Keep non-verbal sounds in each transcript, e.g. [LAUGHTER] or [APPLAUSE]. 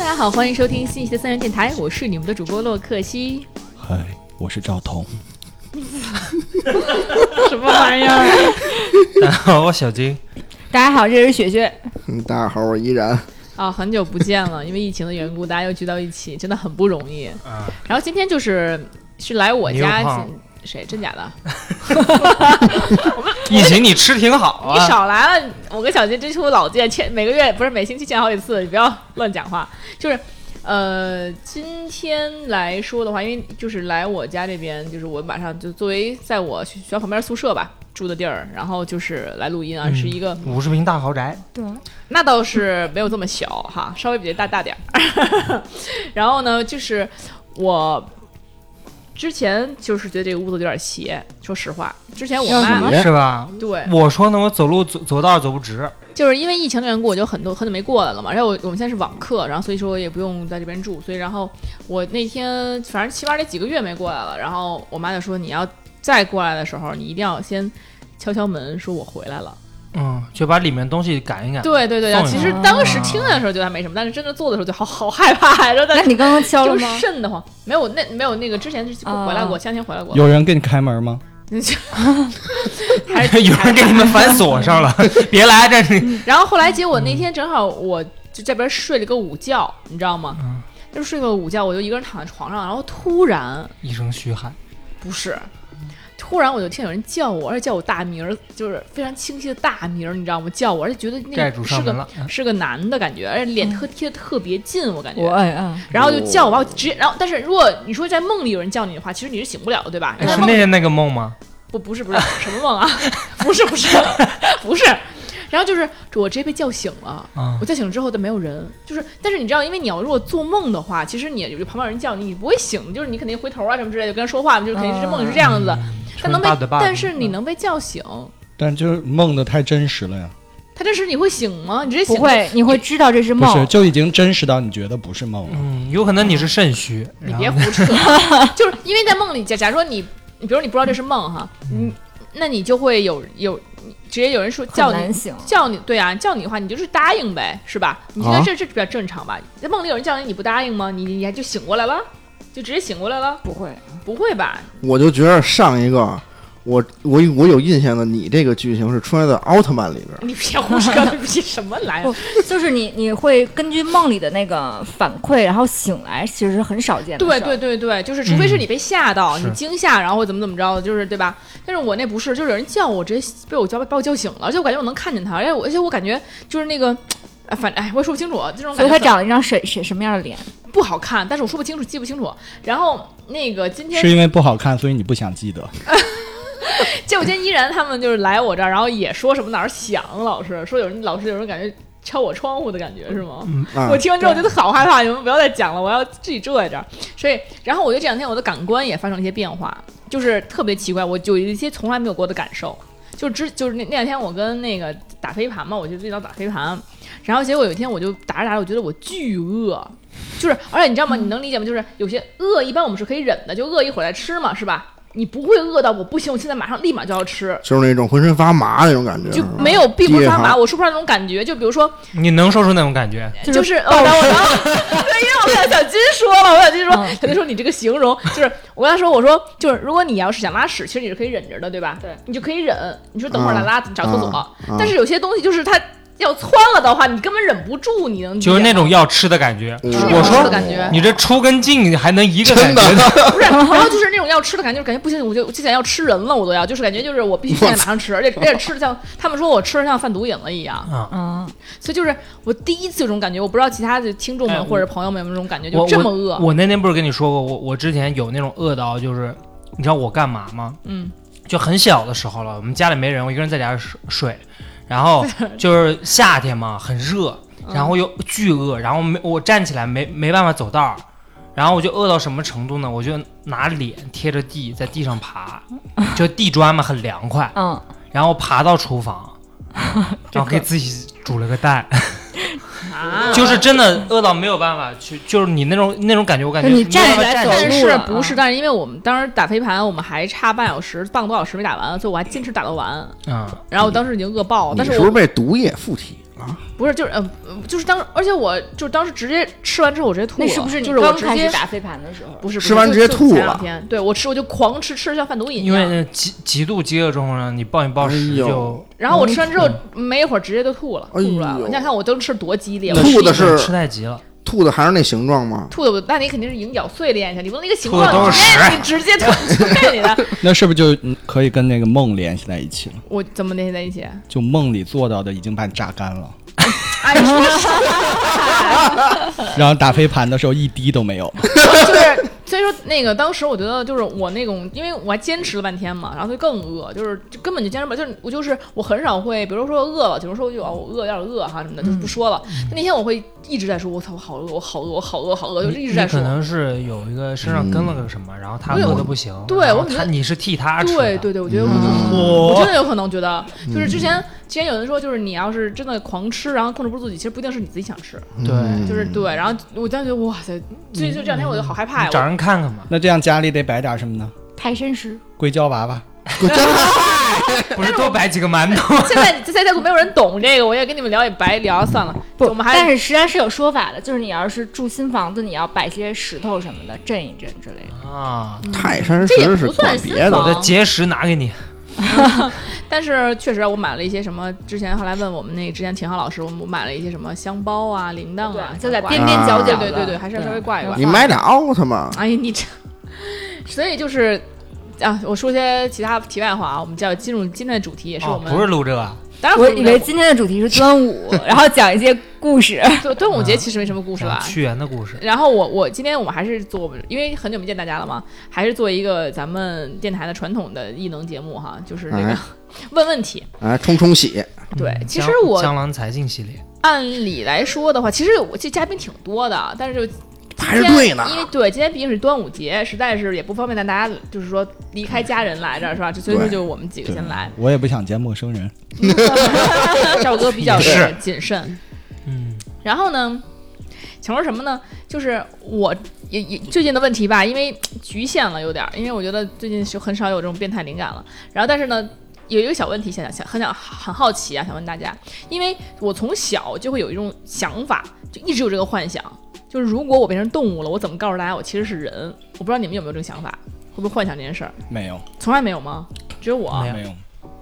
家好，欢迎收听新一期的三人电台，我是你们的主播洛克西。嗨，我是赵彤。什么玩意儿？大家好， [LAUGHS] 我小金。 [LAUGHS] 大家好，这是雪雪。嗯，大家好，我依然啊，很久不见了，因为疫情的缘故，大家又聚到一起，真的很不容易。啊，然后今天就是是来我你又家胖了，谁真假的？疫情你吃挺好你啊，少来了！我跟小金这出老见，欠每个月不是每星期见好几次，你不要乱讲话。就是，呃，今天来说的话，因为就是来我家这边，就是我马上就作为在我学校旁边宿舍吧住的地儿，然后就是来录音啊，嗯是一个五十平大豪宅，对，那倒是没有这么小 [LAUGHS] 哈，稍微比这大大点儿。 [LAUGHS] 然后呢，就是我之前就是觉得这个屋子有点邪，说实话，之前我要什妈哎么是吧？对我说呢，我走路走走道走不直，就是因为疫情的缘故，我就很多很久没过来了嘛。然后我我们现在是网课，然后所以说也不用在这边住，所以然后我那天反正起码得几个月没过来了。然后我妈就说，你要再过来的时候，你一定要先敲敲门，说我回来了。嗯，就把里面东西赶一赶。 [LAUGHS] 对对对，送一其下实当时听的时候觉得还没什么，但是真的做的时候就好好害怕呀，然后在那你刚刚敲了就吗？瘆得慌。没有那没有那个之前是啊回来过，前两天回来过。 [LAUGHS] 有人给你开门吗？还是有人给你们反锁上了，别来这里。然后后来结果那天正好我就这边睡了个午觉，你知道吗？嗯就是睡个午觉，我就一个人躺在床上，然后突然一声嘘喊，不是，突然我就听有人叫我，而且叫我大名儿，就是非常清晰的大名儿，你知道吗？叫我，而且觉得那债主个上是门个了。嗯是个男的感觉，而且脸特贴的特别近，我感觉。我哎嗯，然后就叫我，把我直接，然后但是如果你说在梦里有人叫你的话，其实你是醒不了的，对吧？哎，在是梦那那个梦吗？不不是不是 [LAUGHS] 什么梦啊，不是不 [LAUGHS] 是不是，然后就是我直接被叫醒了。啊我，叫醒了之后，但没有人，就是，但是你知道，因为你要如果做梦的话，其实你有旁边有人叫你，你不会醒，就是你肯定回头啊什么之类的，跟他说话嘛，就是肯定是梦是这样子的。嗯但能被嗯大嘴，巴嗯子但嗯是你能被叫醒，但就是梦的太真实了呀，他这时你会醒吗？你直接不醒会，你会知道这是不是梦。就已经真实到你觉得不是梦了。嗯，有可能你是肾虚，你然后别胡 [LAUGHS] 扯，就是因为在梦里，假假如说你，比如你不知道这是梦哈，你那你就会有有直接有人说叫很你难醒，叫你对啊，叫你的话，你就是答应呗，是吧？你觉得啊这、这比较正常吧？在梦里有人叫你，你不答应吗？你你还就醒过来了，就直接醒过来了？不会，不会吧？我就觉得上一个我我我有印象的，你这个剧情是穿越到奥特曼里边儿，你别胡扯，你什么 [LAUGHS] 来啊不？就是你你会根据梦里的那个反馈，然后醒来，其实是很少见的事对儿。对对对，就是除非是你被吓到，嗯你是惊吓，然后或怎么怎么着的，就是对吧？但是我那不是，就是有人叫我，直接被我叫把我叫醒了，而且我感觉我能看见他，而且我而且我感觉就是那个。哎，反正哎，我也说不清楚，这种所感以觉他长了一张谁谁什么样的脸？不好看，但是我说不清楚，记不清楚。然后那个今天是因为不好看，所以你不想记 [LAUGHS] 得。结果今天依然他 [LAUGHS] 们就是来我这儿，然后也说什么哪儿响，老师说有人老师有人感觉敲我窗户的感觉是吗？啊我，听完之后觉得好害怕，你们不要再讲了，我要自己住在这儿。所以，然后我觉得这两天我的感官也发生了一些变化，就是特别奇怪，我有一些从来没有过的感受。就之就是那那两天我跟那个打飞盘嘛，我就最早打飞盘，然后结果有一天我就打着打着，我觉得我巨饿，就是而且你知道吗？你能理解吗？就是有些饿，一般我们是可以忍的，就饿一会儿再吃嘛，是吧？你不会饿到我不行，我现在马上立马就要吃，就是那种浑身发麻那种感觉，就是吧没有并不是发麻，饥我说不出来那种感觉。就比如说你能说出那种感觉？就是就是哦，然后我然后 [LAUGHS] 对，因为我跟小金说了，我跟小金说，嗯小金说你这个形容就是我跟他说，我说就是如果你要是想拉屎，其实你是可以忍着的，对吧？对，你就可以忍，你说等嗯会儿来拉找厕所啊，啊但是有些东西就是它要窜了的话，你根本忍不住，你啊能理解就是那吗种要吃的感觉。嗯我要吃的说感觉，你这出跟进还能一个感真觉的呢，不是，然后就是那种要吃的感觉，就是感觉不行，我就我就想要吃人了，我都要，就是感觉就是我必须现在马上吃，而且而且吃的像他们说我吃的像贩毒瘾了一样，啊！嗯，所以就是我第一次有这种感觉，我不知道其他的听众哎们我或者朋友们有没有这种感觉，就我这么饿，我那天不是跟你说过，我我之前有那种饿到，就是你知道我干嘛吗？嗯。就很小的时候了，我们家里没人，我一个人在家睡睡，[LAUGHS] 然后就是夏天嘛，很热，嗯然后又巨饿，然后没我站起来没没办法走道儿，然后我就饿到什么程度呢？我就拿脸贴着地在地 [LAUGHS] 上爬，就地砖嘛很凉快，嗯，然后爬到厨房， [LAUGHS] 然后给自己煮了个蛋，啊 [LAUGHS] 就是真的饿到没有办法去，就是你那种那种感觉，我感觉那你没办站法起来站走起但路是了不是？啊但是因为我们当时打飞盘，我们还差半小时，半个多小时没打完，所以我还坚持打到完。啊，然后我当时已经饿爆了，但你是是不我是被毒液附体？了，不是，就是嗯、呃就是当，而且我就是当时直接吃完之后，我直接吐那了，是不是你就是我刚直开接始打飞盘的时候？不是不是吃完就直接就吐前两了天对我吃我就狂吃，吃的像贩毒瘾一因为嗯样。那极极度饥饿中呢，你暴饮暴食哎呦就然后我吃完之后没一会儿直接就吐了，哎吐出来了。呦你想看我都吃多激烈，那我吐的是吃太急了，吐的还是那形状吗？吐的我，那你肯定是已经咬碎练一下，你不能一个形吐的状，都直是接你直接屎吐对你的。那是不是就嗯可以跟那个梦联系在一起了？我怎么联系在一起？啊，就梦里做到的已经把你榨干了，哎你说然后打飞盘的时候一滴都没有。，就是，所以说那个当时我觉得就是我那种，因为我还坚持了半天嘛，然后就更饿，就是就根本就坚持不了，就是我就是我很少会，比如说饿了，比如说我就哦我饿有点饿哈什么的，就是不说了。但那天我会一直在说，我操，我好饿，我好饿，我好饿，好饿，就是一直在你说可。能是有一个身上跟了个什嗯么，然后他对饿我的不行，对然后我觉他得你是替他吃的，对对对，我觉得我可能，我真的有可能觉得，就是之前之前有人说，就是你要是真的狂吃，然后控制不住自己，其实不一定是你自己想吃，对嗯就是对。然后我当时觉得哇塞，所以就这两天我就好害怕你呀。找人看看嘛 [LAUGHS] 那这样家里得摆点什么呢？泰山石，硅胶娃娃， [LAUGHS] 不是多摆几个馒头，我现在现在就没有人懂这个，我也跟你们聊也白聊，算了。不，我们还但是实际上是有说法的，就是你要是住新房子，你要摆些石头什么的镇一镇之类的。啊，泰山这也石不是算管新别房的，我的结石拿给你，但是确实，我买了一些什么，之前后来问我们那之前秦昊老师，我们买了一些什么香包啊、铃铛啊，对就在挂边边角角对的。对对对，还是要稍微挂一挂你。买俩奥特曼， [LAUGHS] 哎呀，你这，所以就是啊，我说些其他题外话啊，我们就要进入今天的主题，也是我哦，们、不是录这个，当然我不是以为今天的主题是端午，然后讲一些故 [LAUGHS] 事。端端午节其实没什么故事讲吧。屈原的故事，然后我我今天我们还是做，因为很久没见大家了嘛，还是做一个咱们电台的传统的异能节目哈，就是这个哎 [LAUGHS] 问问题。哎，冲冲喜，对嗯其江实我江郎才尽系列，按理来说的话，其实我这嘉宾挺多的，但是就排着队今呢天因为对，今天毕竟是端午节，实在是也不方便带大家，就是说离开家人来这儿是吧？就所以说对就我们几个先 [LAUGHS] 来。我也不想见陌生人。赵哥比较也是谨慎。嗯，然后呢，想说什么呢？就是我也也最近的问题吧，因为局限了有点儿，因为我觉得最近就很少有这种变态灵感了。然后但是呢。有一个小问题，想想很想很好奇啊，想问大家，因为我从小就会有一种想法，就一直有这个幻想，就是如果我变成动物了，我怎么告诉大家我其实是人？我不知道你们有没有这个想法，会不会幻想这件事儿？没有，从来没有吗？只有我？啊没有没有，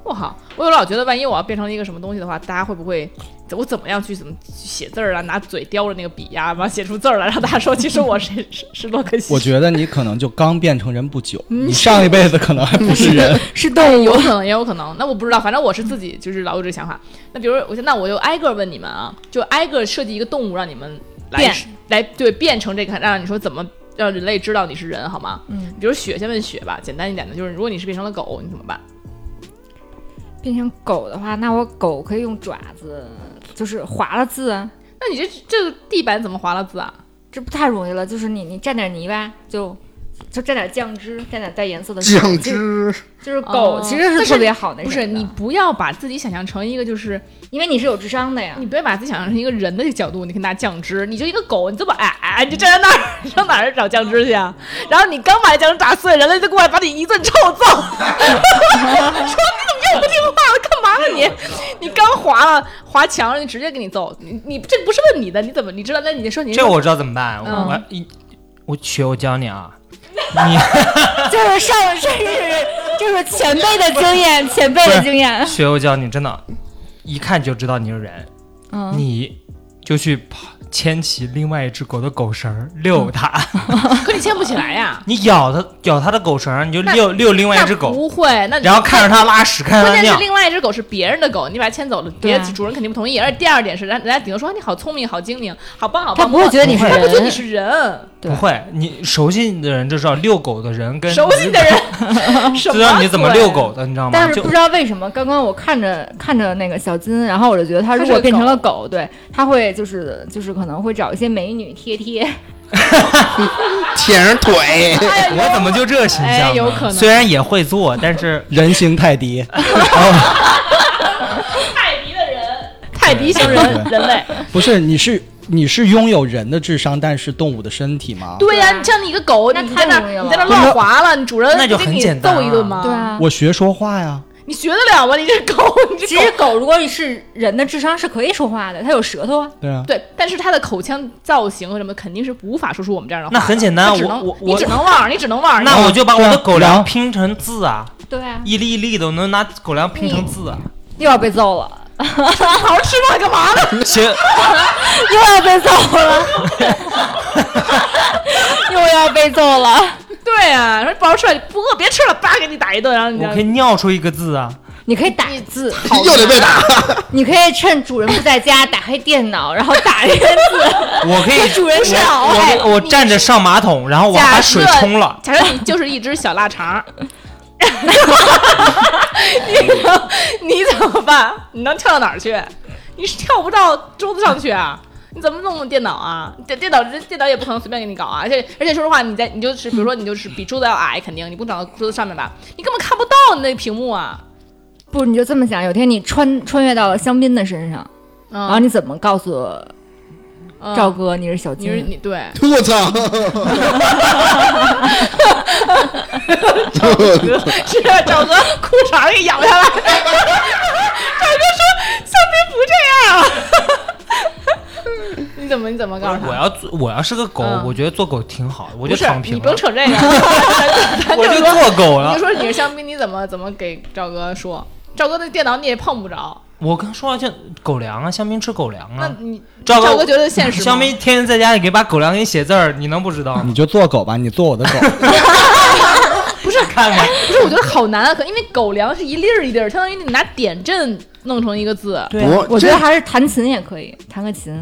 我靠！我有老觉得，万一我要变成一个什么东西的话，大家会不会我怎么样去怎么去写字儿啊？拿嘴叼着那个笔呀、然后写出字儿来，让大家说其实我是 [LAUGHS] 是是洛克希。我觉得你可能就刚变成人不久，你上一辈子可能还不是 [LAUGHS] 人。是动有可能，也有可能。那我不知道，反正我是自己就是老有这个想法。那比如我现那我就挨个问你们啊，就挨个设计一个动物让你们来变来对变成这个，让你说怎么让人类知道你是人好吗？嗯，比如雪，先问雪吧，简单一点的，就是如果你是变成了狗，你怎么办？变成狗的话，那我狗可以用爪子，就是划了字啊，那你这这个地板怎么划了字啊？这不太容易了。就是你你蘸点泥巴，就就蘸点酱汁，蘸点带颜色的水酱就汁，就是狗哦其实但是是特别好那不什是么的你，不要把自己想象成一个就是因为你是有智商的呀你。别把自己想象成一个人的角度，你看拿酱汁，你就一个狗，你这么矮矮，你就站在那儿， [LAUGHS] 上哪儿找酱汁去啊？然后你刚把酱汁打碎，人类就过来把你一顿臭揍， [LAUGHS] 说你怎么又不听话了？干嘛呢啊你？你刚划了划墙，人家直接给你揍，你你这不是问你的，你怎么你知道？那你就说你这我知道怎么办，我嗯我一我雪我教 [LAUGHS] 你啊，就是上这是就是前辈的经验，前辈的经验。雪我教你，真的，一看就知道你是人， [LAUGHS] 嗯，你就去跑牵起另外一只狗的狗绳儿遛它，嗯可你牵不起来呀、 [LAUGHS] 你咬它咬它的狗绳儿，你就遛遛另外一只那狗，不会，那你然后看着它拉屎，看着关它键是尿。另外一只狗是别人的狗，你把它牵走了，对别啊的主人肯定不同意。而且第二点是，人人家顶多说哎你好聪明、好精明、好棒、好棒。他不会觉得你不是会他不觉得你人，是人，对不会，你熟悉的人就知道遛狗的人跟熟悉的人， [LAUGHS] 什么就知道你怎么遛鬼。狗的，你知道吗但？是就 [LAUGHS] 不知道为什么，刚刚我看着看着那个小金，然后我就觉得他如他是果个变成了狗，对，他会就是就是可能会找一些美女贴贴，舔着腿，我怎么就这形象哎呢？有可能虽然也会做，但 [LAUGHS] 是人形泰迪，哦泰迪的人，泰迪型 [LAUGHS] 人，人类。不是你是你是拥有人的智商，但是动物的身体吗？对呀，你像你一个狗，那你太在那容易儿了你在那儿乱划了，你主人那就不给很你简单啊揍一顿吗？对，啊，我学说话呀，你学得了吗？你这狗，你其这实狗。狗如果是人的智商是可以说话的，它有舌头啊。对啊，对，但是它的口腔造型和什么肯定是无法说出我们这样的话的。那很简单它只我能我你我只能望，你只能望。那我就把我对的啊狗然粮后拼成字啊，对啊，一粒一粒的，我能拿狗粮拼成字啊。又要被揍了，好好吃饭干嘛呢？ [LAUGHS] 行， [LAUGHS] 又要被揍了， [LAUGHS] 又要被揍了。对啊，说不好吃饭不饿别吃了，叭给你打一顿，然后你我就可以尿出一个字啊。你可以打字，又得被打。你可以趁主人不在家打开电脑，然后打一个 [LAUGHS] 字。我可以，主人是老外我我我站着上马桶，然后我把哎假水设冲了。假设你就是一只小腊肠儿，你你怎么办？你能跳到哪儿去？你是跳不到桌子上去啊？你怎么弄电脑啊？电电脑人电脑也不可能随便给你搞啊！而且而且说实话，你在你就是比如说你就是比桌子要矮，肯定你不长到桌子上面吧？你根本看不到你那屏幕啊！不，你就这么想，有天你穿穿越到了香槟的身上，然后啊，你怎么告诉嗯赵哥你是小你是金？你对，我操！是赵哥裤衩给咬下来。赵哥说：“香槟不这样。”你怎么你怎么告诉他？我要做，我要是个狗，嗯我觉得做狗挺好，我不就是躺你平不用了，扯这个，咱我就就说，做狗你就了。说你是香槟，你怎么怎么给赵哥说？赵哥那电脑你也碰不着，我刚说完就狗粮啊，香槟吃狗粮那啊。你赵哥赵哥觉得现实吗？香槟天天在家里给把狗粮给你写字儿，你能不知道吗？你就做狗吧，你做我的狗。不是，看看，不是，我觉得好难啊，可因为狗粮是一粒儿一粒儿，相当于你拿点阵弄成一个字，对啊我觉得这还是弹琴也可以，弹个琴。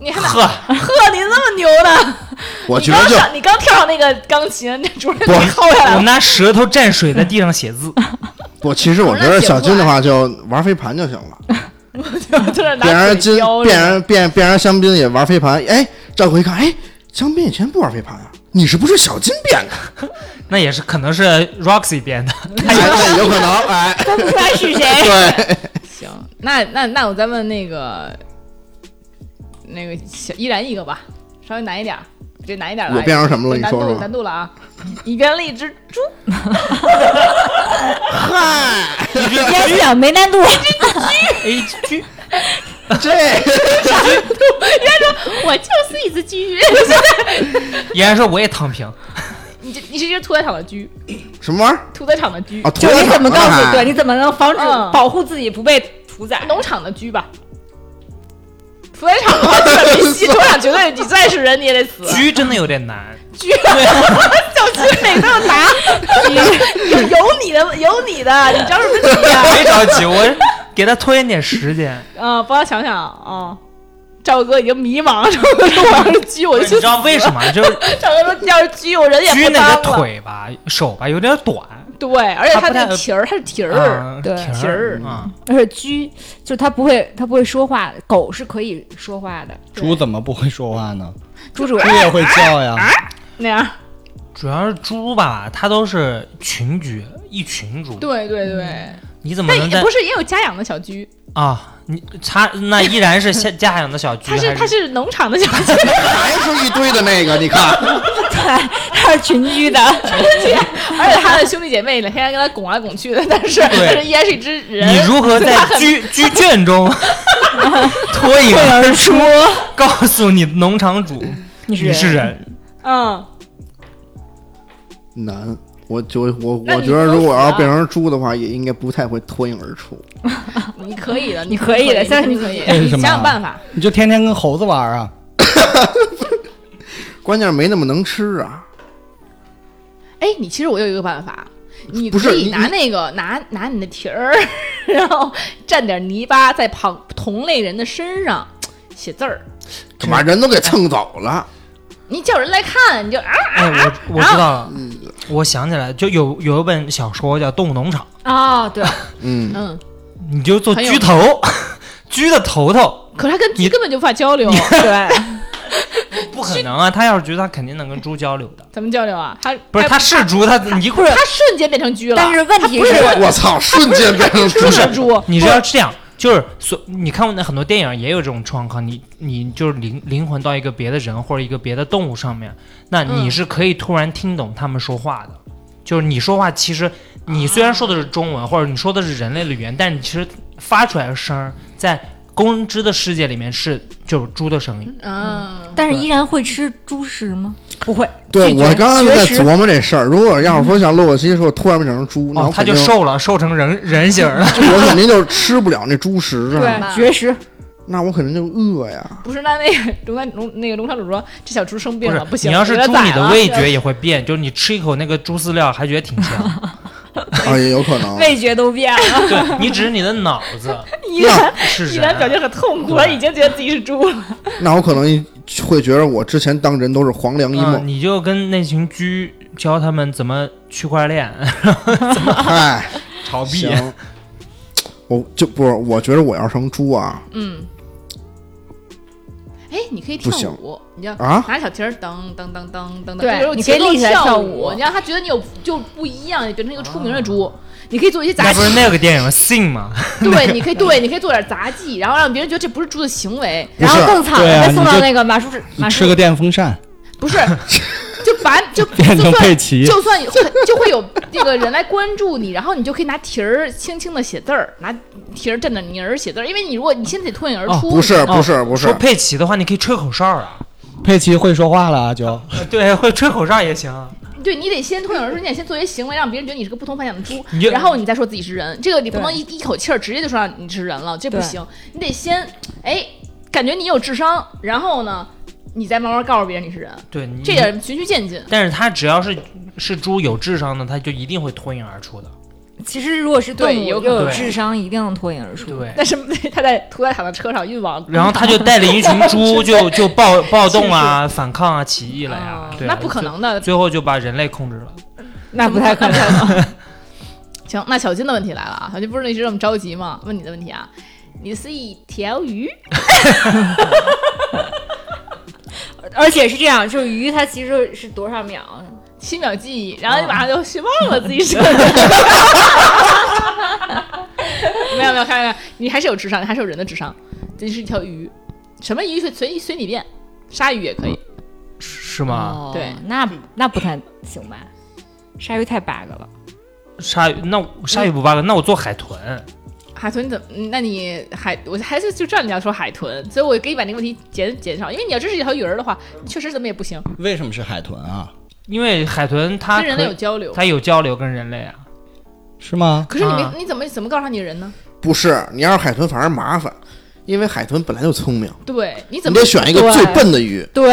你还拿 [LAUGHS] 呵，呵，你那么牛呢？我你觉刚得就上，你刚跳上那个钢琴，那主任给你薅下来我了。拿舌头蘸水在地上写字，不，其实我觉得小金的话就玩飞盘就行了，就在那变拿成嘴金叼，变着，成变变成香槟也玩飞盘。哎，赵哥一看，哎，香槟以前不玩飞盘啊，你是不是小金变的？那也是可能是 Roxy [LAUGHS] 编的。哎，那有可能，哎，分不出来是 [LAUGHS] 谁。对，行，那那那我再问那个那个小依然一个吧，稍微难一点儿，这难一点儿来我变成什么了？你难说度说有吧难。度了啊！你变 [LAUGHS] 了一只猪，嗨，别想没难度，啊 A G，这我就是一只 [LAUGHS] 鸡。妍然说我也躺平，你这你是一只屠宰场的鸡，什么玩意儿屠宰场的鸡啊？，就脱是你怎么告诉哎对，你怎么能防止嗯保护自己不被屠宰？农场的鸡吧。屠宰场的话，基本没 [LAUGHS] 戏。屠宰啊场绝对，你再是人你也得死。啊居真的有点难。居，小 [LAUGHS] 鸡每次都拿， [LAUGHS] 有有你的，有你的，你着什么急呀？别着急，我给他拖延点时间。嗯，帮他想想啊。赵哥已经迷茫，赵哥说 [LAUGHS] 我要是鸡，我你就去知。道为什么？就是赵哥说要是鸡，我人也居不那当个了。腿吧、手吧有点短，对，而且它它不那太蹄儿，它是蹄儿。啊对蹄蹄儿嗯儿啊，而且居就是它不会，它不会说话的。狗是可以说话的，猪怎么不会说话呢？猪主猪也会叫呀。那样。主要是猪吧，它都是群居，一群猪，对对对，你怎么嗯能但也在不是也有家养的小鸡，啊？你它那依 [LAUGHS] 然是家家养的小居，它是还它是农场的小鸡，还是一堆的那个，你看，对，它是群居的。而且它的兄弟姐妹天天跟它拱来拱去的，但是对但是依然是一只人。你如何在 [LAUGHS] 居居圈中脱颖而出？告诉你农场主，你是你是人，嗯，难。我就我那我你觉得，如果说死啊要是变成猪的话，也应该不太会脱颖而出。你可以的，你可以的的，相信你你可可以以的，你为什想么啊想办法。你就天天跟猴子玩啊？关键是没那么能吃啊。哎，你其实我有一个办法，你不是可以你拿那个拿拿你的蹄儿， [LAUGHS] 然后蘸点泥巴在旁同类人的身上写字儿，干嘛人都给蹭走了？你叫人来看，你就啊哎，我我知道了，嗯我想起来，就有有一本小说叫《动物农场哦，对，嗯，嗯，》，你就做很有居头， [LAUGHS] 居的头头，可是他跟你鸡根本就无法交流，对，不可能啊！他要是觉得他肯定能跟猪交流的，怎么交流啊？他不是哎他是猪，他一会儿他瞬间变成鸡了，但是问题是，我操，瞬间变成猪不是猪，你知道这样，就是所你看过那很多电影也有这种状况，你你就是灵灵魂到一个别的人或者一个别的动物上面，那你嗯是可以突然听懂他们说话的，就是你说话，其实你虽然说的是中文，或者你说的是人类的语言，但你其实发出来的声儿，在公知的世界里面是就是猪的声音。嗯，但是依然会吃猪食吗？不会，对拒绝我刚刚在绝食琢磨这事儿，如果要是说像洛克西说突然变成猪，那哦我，他肯就定瘦了，瘦成人人形儿了。我肯定就吃不了那猪食啊，对，绝食。那我肯定就饿呀。不是，那那个龙山龙那个龙山主说这小猪生病了，是，不行，你要是我给它猪，宰你的了味 [LAUGHS] 觉也会变，就是你吃一口那个猪饲料，还觉得挺香。啊，也有 [LAUGHS] 可能。味觉都变了，对你只是你的脑 [LAUGHS] 子依然是依然表人，现很痛苦，对他已经觉得自己是猪了。那我可能会觉得我之前当人都是黄粱一嗯，梦，你就跟那群猪教他们怎么区块 [LAUGHS] 链哎， [LAUGHS] 炒币。行。我就不是，我觉得我要成猪啊嗯，哎，你可以跳不行舞，你要啊！拿小提儿当当当当当当，对这就是你可以节奏立起来跳跳舞，舞啊你让他觉得你有就不一样，你变成一个出名的猪。你可以做一些杂那技不，是那个电影《信》吗？对，你可以对，你可以做点杂技，然后让别人觉得这不是猪的行为，不然是后更惨对啊了，被送你到就那个马术室你马吃术个电风扇，不是，就把就变就成佩算奇，就算有就会有那个人来关注你，然后你就可以拿题儿轻轻的写字儿，拿题儿蘸着泥儿写字儿，因为你如果你现在得脱颖而哦出，不是哦不是不说是，佩奇的话，你可以吹口 [LAUGHS] 哨啊。佩奇会说话了啊就。对，会吹口哨也行。对你得先脱颖而出，你得先做一些行为，让别人觉得你是个不同凡响的猪你就，然后你再说自己是人。这个你不对能一一口气儿直接就说你是人了，这不对行。你得先哎，感觉你有智商，然后呢，你再慢慢告诉别人你是人，对，你这也循序渐进。但是他只要是是猪有智商的，他就一定会脱颖而出的。嗯其实如果是动对物，有又可能有智商，一定能脱颖而出。对，但是他在屠宰场的车上运往，然后他就带领一群 [LAUGHS] 猪就就暴暴动啊、反抗啊、起义了呀啊。对啊，那不可能的最。，最后就把人类控制了。 [LAUGHS] 那不太可能。能。行，那小金的问题来了啊！小金不是一直这么着急吗？问你的问题啊，你是一条鱼，而且是这样，就是鱼它其实是多少秒呢？七秒记忆，然后你马上就学忘了自己是。没有没有，看看你还是有智商，你还是有人的智商。这是一条鱼，什么鱼随随随你便，鲨鱼也可以。是吗？对，嗯那那不太行吧？鲨鱼太 bug 了，鲨鱼？那我鲨鱼不 bug，那我做海豚。海豚怎么？嗯那你海，我还是就照你要说海豚，所以我给你把那个问题减减少，因为你要真是一条鱼儿的话，确实怎么也不行，为什么是海豚啊？因为海豚它跟人类可有以交流。它有交流跟人类啊，是吗？可是你没、啊你怎么怎么告诉他你人呢？不是你要是海豚反而麻烦，因为海豚本来就聪明，对，你怎你么得选一个对最笨的鱼，对，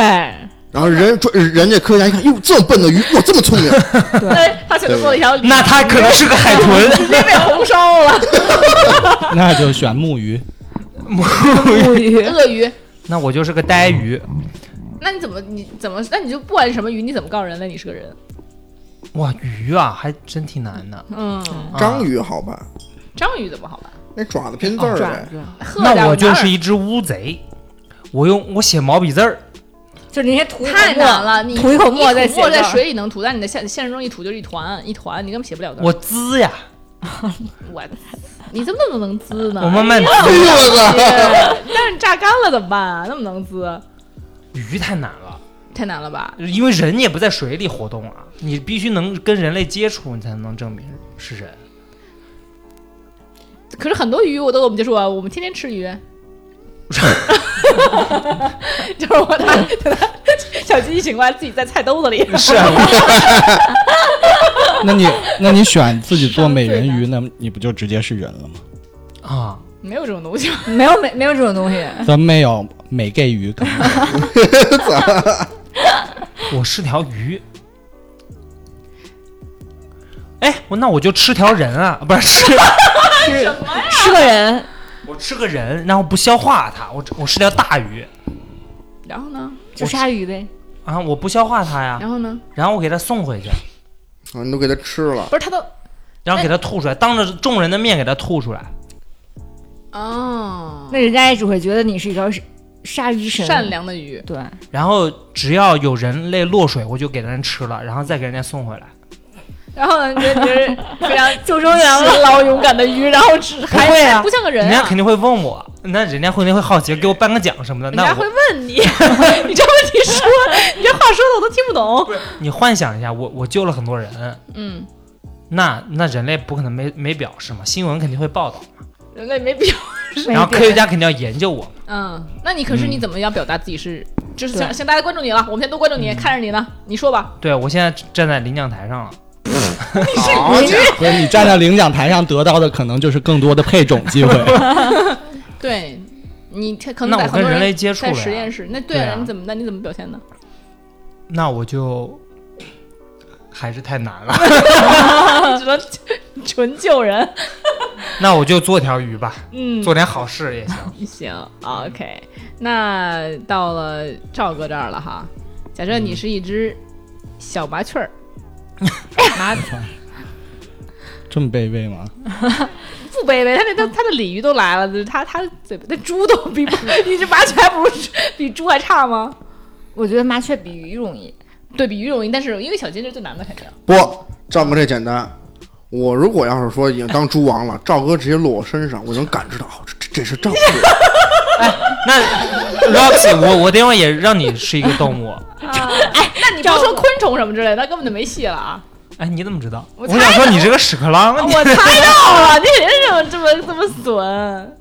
然后人专人家科学家一看，哟，这么笨的鱼，哇，这么聪 [LAUGHS] 明， [LAUGHS] 那他选择做了一条鲤鱼，那它可能是个海豚。 [LAUGHS] 直接被红烧了。那就选木鱼。木鱼鳄鱼，那我就是个呆鱼，那你怎么你怎么？那你就不管什么鱼，你怎么告诉人类你是个人？哇，鱼啊，还真挺难的。啊嗯，章鱼。鱼好办，章鱼怎么好办？那爪子拼字儿转呗，转，鹤那呀我就哪儿是一只乌贼，我用我写毛笔字儿，就是那些吐一口太沫难了，你吐一口沫你再吐写沫在字儿水里能吐，但你在现现实中一吐就是一团一团，你根本写不了字儿。我滋呀，我，你怎么那么能滋呢？我慢慢哎呦我操！哎 [LAUGHS] 但是榨干了怎么办啊？那么能滋，鱼太难了，太难了吧？因为人也不在水里活动啊，你必须能跟人类接触，你才能证明是人。可是很多鱼我都跟我们接触啊，我们天天 [LAUGHS] 吃鱼。就是我他他 [LAUGHS] 小鸡一醒过来，自己在菜兜子里。是啊，那你那你选自己做美人鱼，那你不就直接是人了吗？啊 [LAUGHS] 没有这种东西，没有没没有这种东西，咱们没有美 gay 鱼，可能我是条鱼。哎，我那我就吃条人啊，不是吃，是是个人，我吃个人，然后不消化它，我我是条大鱼然后呢？就鲨鱼呗。啊，我不消化它呀，然后呢？然后我给它送回去，啊，你都给它吃了， [LAUGHS] 不是他都然后给它吐出来，当着众人的面给它吐出来。哦，那人家也只会觉得你是一条鲨鲨鱼神，善，良的鱼，对，然后只要有人类落水，我就给人吃了，然后再给人家送回来。然后呢？你觉得你是非常救生员勤劳勇敢的鱼，然后只还不会啊还不像个人人家啊肯。定会问我，那人家会那会好奇，给我颁个奖什么的。人家那会我问你，你这问题说，你这话说的我都听不懂。你幻想一下，我我救了很多人，嗯，那那人类不可能没没表示嘛，新闻肯定会报道，人类没必要。然后科学家肯定要研究我嘛。嗯，那你可是嗯你怎么样表达自己是？就是对想想大家关注你了，我们现在都关注你，嗯看着你呢，你说吧。对我现在站在领奖台上了，好家伙，不是你站在领奖台上得到的可能就是更多的配种 [LAUGHS] 机会。对，你可可能那在我很跟多人人类接触在实了呀验，室，那对对啊，啊你怎么那你怎么表现呢？那我就还是太难了。 [LAUGHS] 只能纯救人。那我就做条鱼吧，嗯，做点好事也行。行，OK。那到了赵哥这儿了哈，假设你是一只小麻雀儿，麻这么卑微吗？不卑微，他那都他的鲤鱼都来了，他他的嘴巴那猪都比 [LAUGHS] 不你这麻雀还不如比猪还差吗？我觉得麻雀比鱼容易。对比鱼容易，但是因为小金是最难的肯定。不，赵哥这简单。我如果要是说已经当猪王了，赵哥直接落我身上，我能感知到，哦，这这这是赵哥。那 Roxy，我我等会儿也让你是一个动物。那你别说昆虫什么之类的，那根本就没戏了啊！哎，你怎么知道？我我猜的想说你这个屎壳郎，啊你我猜到了，你人怎么这么这么损？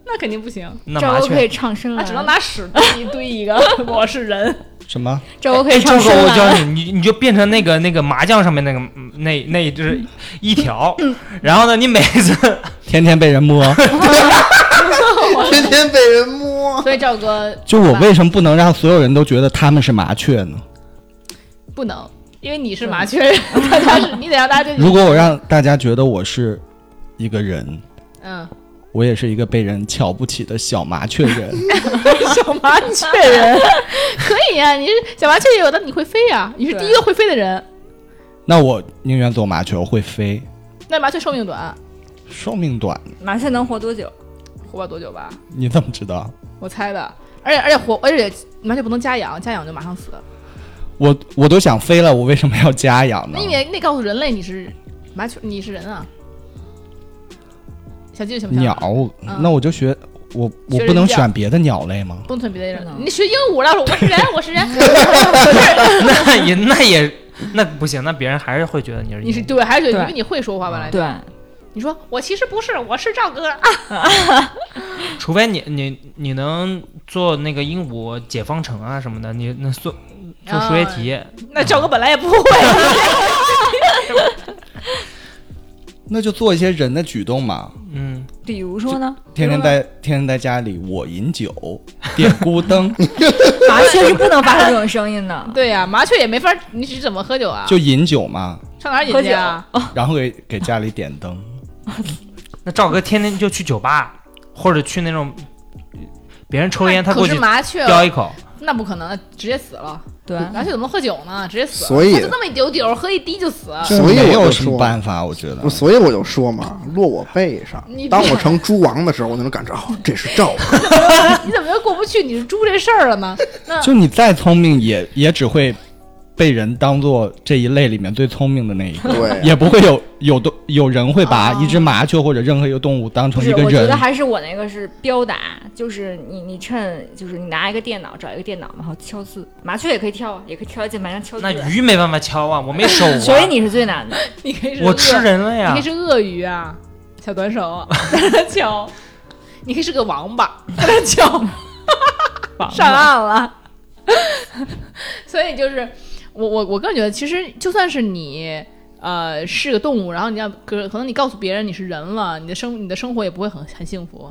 那肯定不行，那赵麻哥可雀。以唱深那嗯蓝，啊只能拿屎堆一堆一个。 [LAUGHS] 我是人，什么？赵哥可以哎这唱个深我教蓝。你，你你就变成那个那个麻将上面那个嗯那那一只一条，嗯然后呢，你每次 [LAUGHS] 天天被人摸，天天被人摸，所以赵哥就我为什么不能让所有人都觉得他们是麻雀呢？不能，因为你是麻 [LAUGHS] 雀人，他他是你得让大家就如果我让大家觉得我是一个人，嗯我也是一个被人瞧不起的小麻 [LAUGHS] 雀人， [LAUGHS] 小麻雀人 [LAUGHS] 可以呀、你是小麻雀也有的你会飞呀、你是第一个会飞的人。那我宁愿做麻雀，我会飞，那麻雀寿命短，寿命短，麻雀能活多久？活不了多久吧？你怎么知道？我猜的。而且而且活，而且麻雀不能家养，家养就马上死。嗯我我都想飞了，我为什么要家养呢那？你也那告诉人类你是麻雀，你是人啊？小鸡行不行？鸟，嗯那我就学我我学不能人家选别的鸟类吗？不能吞别的不人，能你学鹦鹉了，我是 [LAUGHS] 人，我是人， [LAUGHS] 那也那也那不行，那别人还是会觉得你是 [LAUGHS] 你是对，还是觉得对因为你会说话吧？来，对，你说我其实不是，我是赵哥啊，除非你你你能做那个鹦鹉解方程啊什么的，你能做做数学题，那赵哥本来也不会，。那就做一些人的举动嘛，嗯，比如说呢，天天在天天在家里我饮酒， [LAUGHS] 点孤灯，麻雀是不能发出这种声音的 [LAUGHS] 对呀，麻雀也没法，你是怎么喝酒啊？就饮酒嘛，上哪儿喝饮去酒啊？然后给给家里点灯。那赵哥天天就去酒吧，或者去那种嗯别人抽烟，他可过是去麻雀，叼一嗯口，那不可能，直接死了。对，麻雀怎么喝酒呢？直接死了，所以我就那么一丢丢，喝一滴就死。这所以没我有就什么说办法，我觉得我。所以我就说嘛，落我背上你。当我成猪王的时候，我就能感知，哦，这是赵哥。你怎么就过不去你是猪这事儿了呢？那就你再聪明也，也只会被人当做这一类里面最聪明的那一个，对也不会有有动有人会把一只麻雀或者任何一个动物当不成一是，个我觉得人。还是我那个是标打，就是你你趁就是你拿一个电脑找一个电脑，然后敲字，麻雀也可以跳啊，也可以跳在键盘上敲字那。鱼没办法敲啊， [LAUGHS] 我没手啊，所以你是最难的， [LAUGHS] 你可以是我鳄吃人了呀你可以，是鳄鱼啊，小短手，在那敲。你可以是个王八，在那敲。上岸了。所以就是我我我个人觉得，其实就算是你呃是个动物，然后你要可可能你告诉别人你是人了，你的生你的生活也不会很很幸福。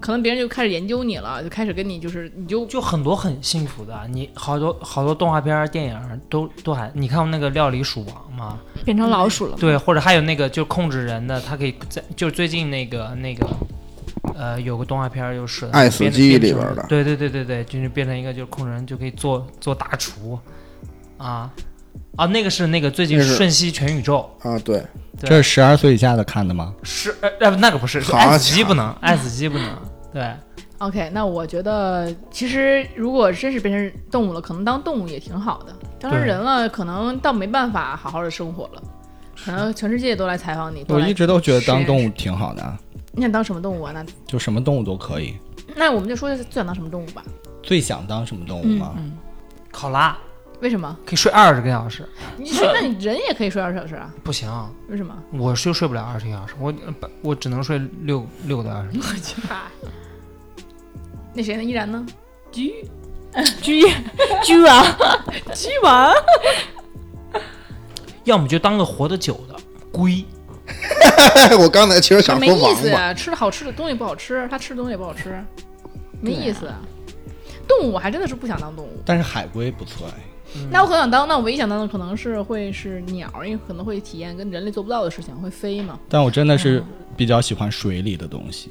可能别人就开始研究你了，就开始跟你就是你就就很多很幸福的，你好多好多动画片儿、电影儿都都还，你看过那个《料理鼠王》吗？变成老鼠了。对，或者还有那个就是控制人的，他可以在就是最近那个那个。呃，有个动画片儿就是《爱死编的机编里成边儿的对对对对对，就是变成一个就是控制人就可以做做大厨，啊啊，那个是那个最近那是瞬息全宇宙啊，对， [LAUGHS] 对这是十二岁以下的看的吗？是呃呃那个不是，是好爱死机家伙不能，爱死机不能，对， OK，那我觉得其实如果真是变成动物了，可能当动物也挺好的。当成对人了，可能倒没办法好好的生活了，可能全世界都来采访你。都我来一直都觉得实当验动室物挺好的啊，你想当什么动物啊？那就什么动物都可以。那我们就说最想当什么动物吧？最想当什么动物吗？考拉为什么？可以睡二十个小时，你说那你人也可以睡二十小时啊？不行，为什么？我就睡不了二十个小时，我呃我只能睡六六个多小时。那谁呢？依然呢？居居居啊，居王，要么就当个活得久的龟，哎我刚才其实想没说意王思啊八，呀、吃的好吃的东西不好吃，他吃的东西也不好吃，没对啊意思。动物我还真的是不想当动物，但是海龟不错哎。那我可想当，那我唯一想当的可能是会是鸟，因为可能会体验跟人类做不到的事情，会飞嘛。但我真的嗯是比较喜欢水里的东西，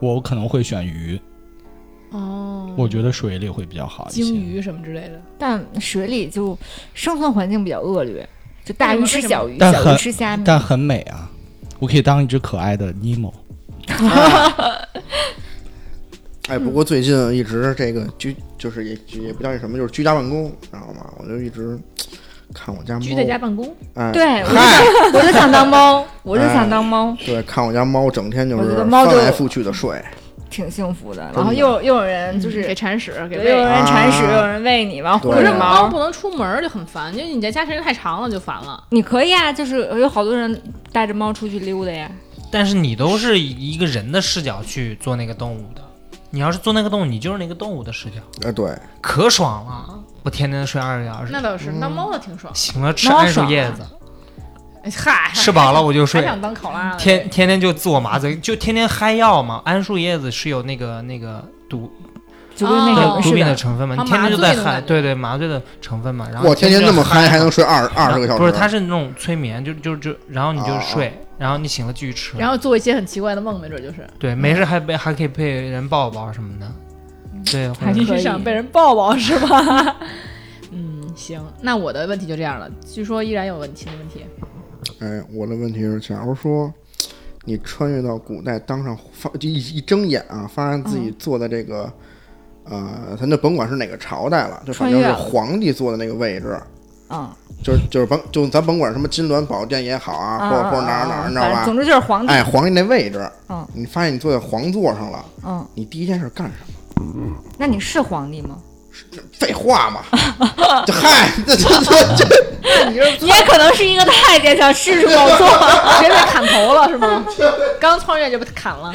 我可能会选鱼，哦，我觉得水里会比较好一些。鲸鱼什么之类的，但水里就生存环境比较恶劣，就大鱼吃小鱼，但很小鱼吃虾米。但很美啊，我可以当一只可爱的尼莫。哎，不过最近一直这个居就是也也不叫那什么，就是居家办公，知道吗？我就一直看我家猫，居在家办公，哎，对，我就嗨哎想，我就想当猫，我就想当猫，对，看我家猫整天就我是觉得翻猫就来覆去的睡，挺幸福的。的然后又又有人就就是是给铲屎，给有有喂。人铲屎，啊有人喂你，完糊可对是着啊猫猫。不能出门儿就很烦，因为你在家时间太长了就烦了。你可以啊，就是有好多人带着猫出去溜达呀。但是你都是以一个人的视角去做那个动物的，你要是做那个动物，你就是那个动物的视角，哎，对，可爽了！我天天睡二十个小时那，倒是，当猫的挺爽。醒了吃猫桉树爽叶啊子，嗯哎 [LAUGHS] 嗨，吃饱了我就还睡。想当考拉了。天天天就自我麻醉，就天天嗨药嘛。桉树叶子是有那个那个毒就跟那哦个毒是品的的，成分嘛，啊你天天就在麻醉那种嗨，感觉对对，麻醉的成分嘛。然后我天天就那么嗨，还然后能睡二二十个小时？不是，它是那种催眠，就就就，然后你就哦睡，然后你醒了继续吃。然后做一些很奇怪的梦，没准就是对，没事还被还可以被人抱抱什么的。对，或还者嗯你可是以想被人抱抱是吧？ [LAUGHS] 嗯，行，那我的问题就这样了。据说依然有问题的问题，哎，我的问题是，假如说你穿越到古代，当上发就一一睁眼啊，发现自己嗯坐在这个、呃，咱就甭管是哪个朝代了，就反穿正越是了皇帝坐的那个位置，嗯，就是就是甭就咱甭管什么金銮宝殿也好啊，嗯或者或者哪儿哪儿，你知道啊反正吧？总之就是皇帝，哎，皇帝那位置，嗯你发现你坐在皇座上了，嗯，你第一件事干什么？那你是皇帝吗？废话嘛，这嗨，这这这这 [LAUGHS] 你也可能是一个太监，想试试工作。直接被砍头了是吗？刚穿越就被砍了，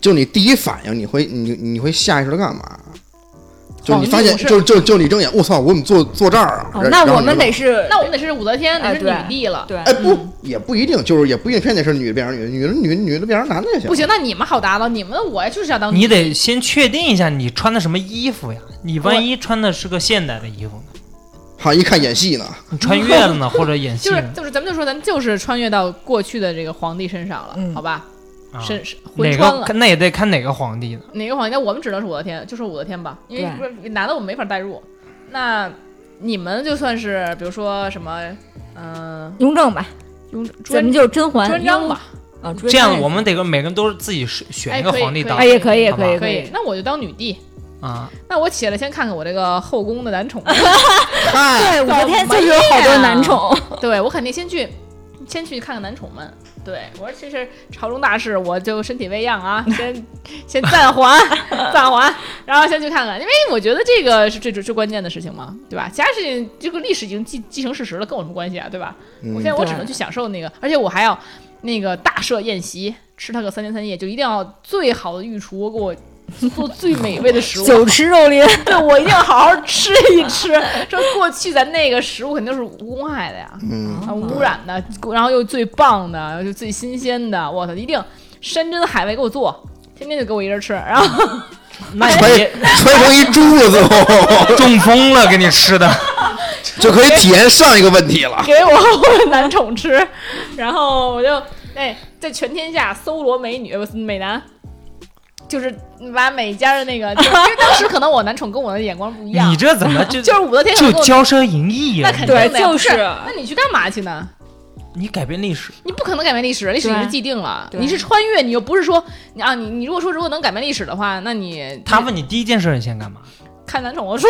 就你第一反应，你会你你会下意识的干嘛？就哦你那发现，种事就就就你睁眼，我操，我怎么坐坐这儿啊？哦然那然后我们你就 [LAUGHS] 得是， [LAUGHS] 那我们得是武则天，得哎是对女帝了。对哎不也不一定，就是也不一定非得是女的变成女的，女的女的女的变成男的也行。不行，那你们好达到，你们我就是要当你得先确定一下你穿的什么衣服呀？你万一穿的是个现代的衣服呢？好一看演戏呢，[LAUGHS] 你穿越了呢，或者演戏就是呢？就是，咱们就说咱们就是穿越到过去的这个皇帝身上了，嗯好吧？啊身身魂哪穿了个那也得看哪个皇帝呢？哪个皇帝？那我们只能是武则天，就说武则天吧，因为对不是男的我们没法代入。那你们就算是比如说什么，嗯、雍正吧，雍朱咱元们就是甄嬛、朱元璋吧，啊，朱元璋这样也我们得个每个人都是自己选选一个哎可以皇帝可以当哎也可以，也好吧可以，可以以。。那我就当女帝。 [LAUGHS] 啊。那我起来先看看我这个后宫的男宠， [LAUGHS] 嗨，对，武则天怎么确实有好多呀男宠，对我肯定先去，先去看看男宠们。对我说这是朝中大事，我就身体未恙啊，先先暂 [LAUGHS] 缓暂缓，然后先去看看，因为我觉得这个是最最最关键的事情嘛，对吧？其他事情这个历史已经既既成事实了，跟我有什么关系啊，对吧？我嗯现在我只对能去享受那个，而且我还要那个大设宴席，吃它个三天三夜，就一定要最好的御厨给我。做最美味的 [LAUGHS] 食物， [LAUGHS] 酒池肉林。对我一定要好好吃一吃。说过去咱那个食物肯定是无公害的呀，嗯，啊，污染的， [LAUGHS] 然后又最棒的，又最新鲜的，我操，一定山珍海味给我做，天天就给我一人吃，然 [LAUGHS] 后那你吹也吹成一柱子 [LAUGHS] 哎哦中风了，给你吃 [LAUGHS] 的。就可以体验上一个问题了。给我 [LAUGHS] 男宠 [LAUGHS] 吃，然后我就哎，在全天下搜罗美女呃不是美男。就是把每家的 [LAUGHS] 那个，就是因为当时可能我男宠跟我的眼光不一样你，这怎 [LAUGHS] 么就就是武则天可就能跟我骄奢淫逸呀那？肯定你的对呀不就是是。那你去干嘛去呢？你改变历史，你不可能改变历史，历史已对经是既定了。对你是穿越，你又不是说你啊，你你如果说如果能改变历史的话，那你他问你第一件事你先干嘛？看男宠我说，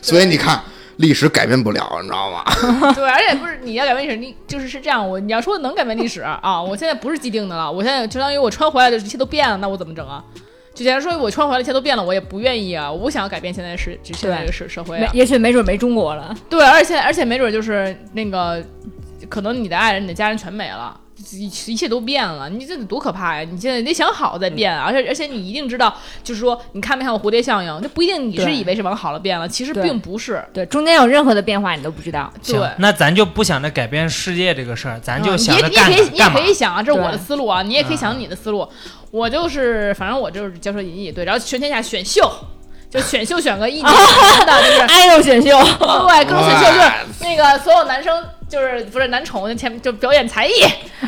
所以你看，历史改变不了，你知道吗？对，而且不是你要改变历史，你就是是这样。我你要说能改变历史啊，我现在不是既定的了，我现在就相当于我穿回来的一切都变了，那我怎么整啊？就假如说我穿回来一切都变了，我也不愿意啊，我不想要改变现在是现在这个社社会、没啊。也许没准没中国了。对，而且而且没准就是那个，可能你的爱人、你的家人全没了。一一切都变了，你这多可怕呀！你现在得想好再变，啊而且而且你一定知道，就是说你看没看过蝴蝶效应？那不一定你是对以为是往好了变了，其实对并不是。对，中间有任何的变化你都不知道。对行，，那咱就不想着改变世界这个事儿，咱就想着嗯你也干你也可以，你也干嘛嗯可？以想啊，这是我的对思路啊，你也可以想你的思路。我就是，反正我就是骄奢淫逸，对，然后全天下选秀，就选秀选个一年的，就是爱豆哎选秀，对，各种选秀就是那个所有男生就是不是男宠，就前就表演才艺，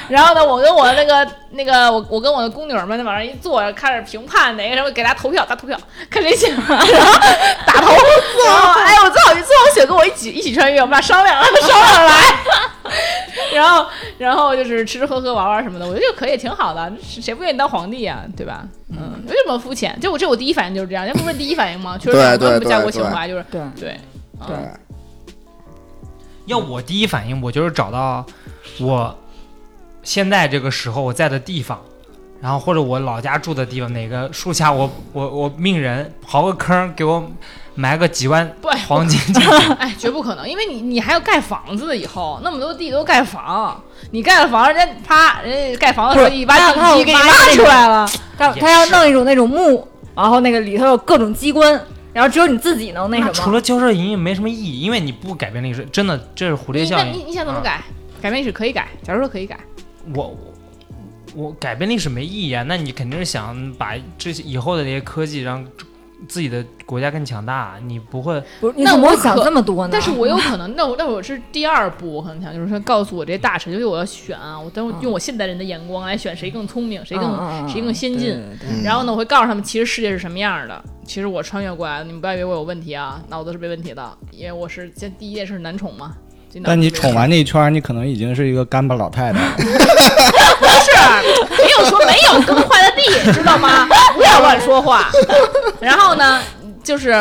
然后呢，我跟我那个那个我我跟我的宫女儿们往上一坐，开始评判哪个什么给大家投票，大家投票看谁行， [LAUGHS] 然后打头，然后哎我最好最好选跟我一起一起穿越，我们俩商 [LAUGHS] 量商量着来，然后然后就是吃吃喝喝玩玩什么的，我觉得这可以挺好的，谁不愿意当皇帝呀、对吧？嗯，有什么肤浅？就我这我第一反应就是这样，人家不是第一反应吗？确实对我根本对没有对家国情对怀，就是对对。对要我第一反应，我就是找到我现在这个时候我在的地方，然后或者我老家住的地方，哪个树下我我我命人刨个坑，给我埋个几万不黄金进去。 [LAUGHS] 哎，绝不可能，因为你你还要盖房子的，以后那么多地都盖房，你盖了房，人家啪，人家盖房的时候 [LAUGHS] 不是一挖那地基给你挖出来了，他也他要是弄一种那种墓，然后那个里头有各种机关，然后只有你自己能那那什除么。了骄奢淫逸没什么意义，因为你不改变历史，真的这是蝴蝶你效那应。你你想怎嗯么啊改？改变历史可以改，假如说可以改，我我我改变历史没意义啊，那你肯定是想把这些以后的这些科技让自己的国家更强大，啊你不会不是，你那怎么我会想可这么多呢？但是我有可能，那我那我是第二步，我可能想就是说告诉我这些大臣，就是我要选啊，我等我嗯用我现代人的眼光来选谁更聪明，谁更、嗯嗯嗯谁更先进。对对嗯然后呢，我会告诉他们，其实世界是什么样的。其实我穿越过来，你们不要以为我有问题啊，脑子是没问题的，因为我是先第一件事是男宠嘛。这脑子但你是没问宠题完那一圈儿，你可能已经是一个干巴老太太 [LAUGHS] 了。是没有说没有更换的地，知道吗？不要乱说话。然后呢，就是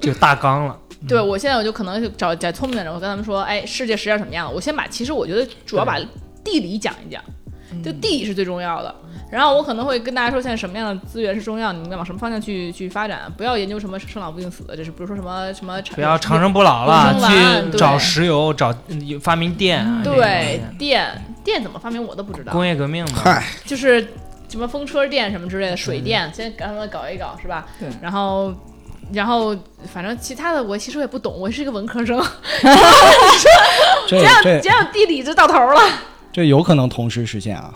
就大纲了。对我现在我就可能找找聪明的人，我跟他们说，哎，世界实际上什么样的？我先把，其实我觉得主要把地理讲一讲，就地理是最重要的。然后我可能会跟大家说，现在什么样的资源是重要，你们往什么方向去去发展，不要研究什么生老病死的，就是比如说什么什么产不要长生不老了，永生蓝去对找石油，找嗯发明电啊，这对个电电怎么发明我都不知道，工业革命嘛。嗨，就是什么风车电什么之类的，水电，先给他们搞一搞，是吧？对然后，然后，反正其他的我其实也不懂，我是一个文科生，这这样 [LAUGHS] 这这样地理就到头了。这有可能同时实现啊！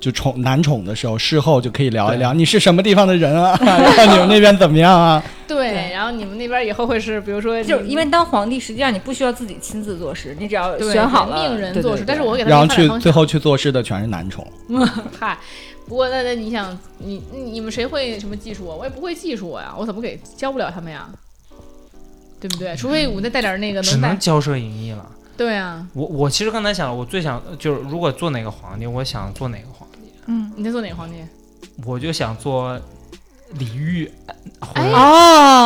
就宠男宠的时候，事后就可以聊一聊你是什么地方的人 [LAUGHS] 啊， [LAUGHS] 然后你们那边怎么样啊？对，对然后你们那边以后会是，比如说你，就是因为当皇帝，实际上你不需要自己亲自作诗，你只要对选好了命人做事，但是我给他然后们发去展方最向。后去做事的全是男宠，嗨，不过那那你想，你你你们谁会什么技术啊？我也不会技术呀，我怎么给教不了他们呀？对不嗯对？除非我再带点那个只能带能，骄奢淫逸了。对啊，我我其实刚才想，我最想就是如果做哪个皇帝，我想做哪个皇帝，你在做哪个皇帝？我就想做李煜，啊或者哎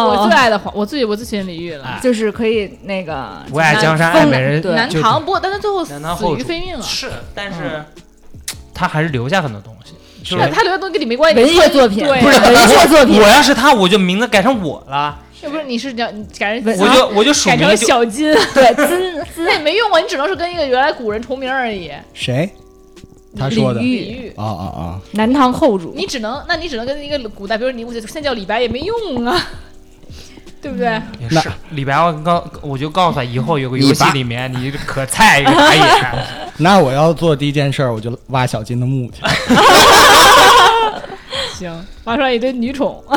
我哦最，爱的皇，我最我最喜欢李煜了哎。就是可以那个不爱江山风爱美人对南嗯就唐不过，但他最后死南唐后于主非命了。是，但是他还是留下很多东西。就是那他留的东西跟你没关系，文学他作品，对， [LAUGHS] 不是文学作品我，要是他，我就名字改成我了，要不是你是叫你改成啊我就我就署改名成就小金， [LAUGHS] 对，金那也没用啊，你只能是跟一个原来古人重名而已。谁？他说的李煜李煜，啊啊啊！南唐后主，你只能，那你只能跟一个古代，比如你，我现在叫李白也没用啊，对不对？也那是李白，我告我就告诉他，以后有个游李戏白里面你可菜一个打 [LAUGHS] 野，那我要做第一件事儿，我就挖小金的墓去。行，挖出来一堆女宠， [LAUGHS] 哦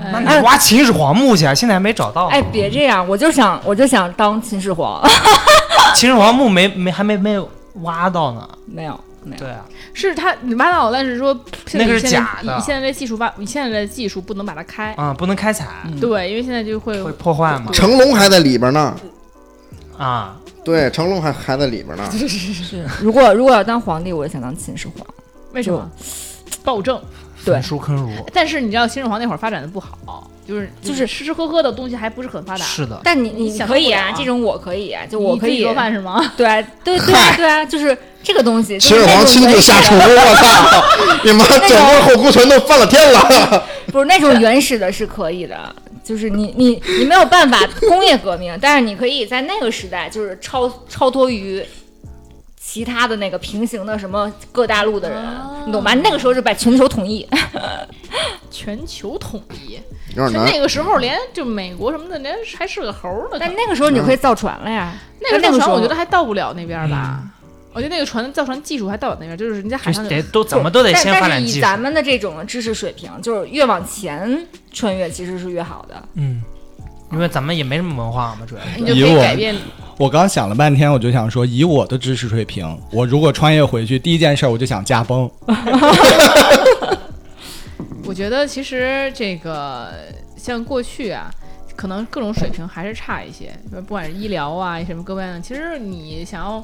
哎那 [LAUGHS] 你挖秦始皇墓去啊？现在还没找到。哎，别这样，我就想我就想当秦始皇， [LAUGHS] 秦始皇墓没没还没没有挖到呢。没有没有，对啊，是他你挖到，但是说现在那个是现在假的以现在这技术挖，以现在的技术不能把它开，啊，不能开采，对，因为现在就会会破坏嘛。成龙还在里边呢，啊，对，成龙还嗯还在里边呢。如果如果要当皇帝，我就想当秦始皇，为什么？暴政。焚书坑儒，但是你知道秦始皇那会儿发展的不好，就是就是吃吃喝喝的东西还不是很发达。是的，但你你你想可以不啊，了啊这种我可以啊，就你我可自己以做饭是吗？对啊对对啊对啊，就是这个东西。秦始皇亲自下厨，就是我 [LAUGHS] 操！你妈整个后顾村都翻了天了。那种原始的不是那种原始的是可以的，就是你你你没有办法工业革命，但是你可以在那个时代就是超超脱于。其他的那个平行的什么各大陆的人，啊你懂吧？那个时候就把全球统一，全球统一，有点就难，那个时候连就美国什么的，连还是个猴儿呢。但那个时候你就可以造船了呀。那个那个时船候嗯我觉得还到不了那边儿吧。我觉得那个船造船技术还到不了那边儿，就是人家海就上得都怎么都得但先发但展是以技术。咱们的这种知识水平，就是越往前穿越其实是越好的。嗯，因为咱们也没什么文化嘛，主要是。你就可以以我改变我刚想了半天，我就想说，以我的知识水平，我如果穿越回去，第一件事儿我就想驾崩。我觉得其实这个像过去啊，可能各种水平还是差一些，不管是医疗啊什么各方面的。其实你想要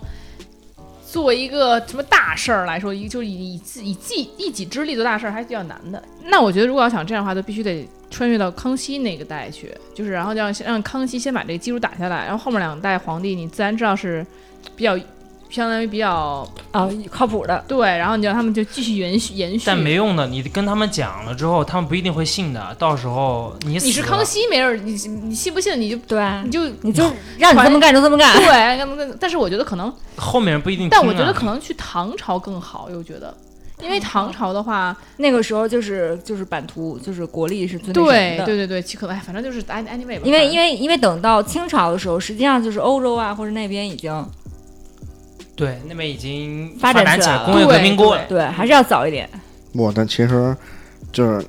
做一个什么大事儿来说，一就是以以自以己一己之力做大事儿还是比较难的。那我觉得如果要想这样的话，就必须得穿越到康熙那个代去，就是然后让让康熙先把这个基础打下来，然后后面两代皇帝你自然知道是比较相当于比较啊，靠谱的。对，然后你让他们就继续延续延续。但没用的，你跟他们讲了之后，他们不一定会信的。到时候你死你是了康熙没人儿，你你信不信你就对啊你，就你就让你这么干就这么干。 [LAUGHS] 对，干嘛干嘛但是我觉得可能，后面人不一定听啊。但我觉得可能去唐朝更好，又觉得，因为唐朝的话，那个时候就是就是版图，就是国力是最那什对么的。对对对，其可能哎，反正就是 any anyway 吧。因为因为为因为等到清朝的时候，实际上就是欧洲啊或者那边已经对那边已经发展展起起来来，了工业革命过了，对，还是要早一点。我但其实就是，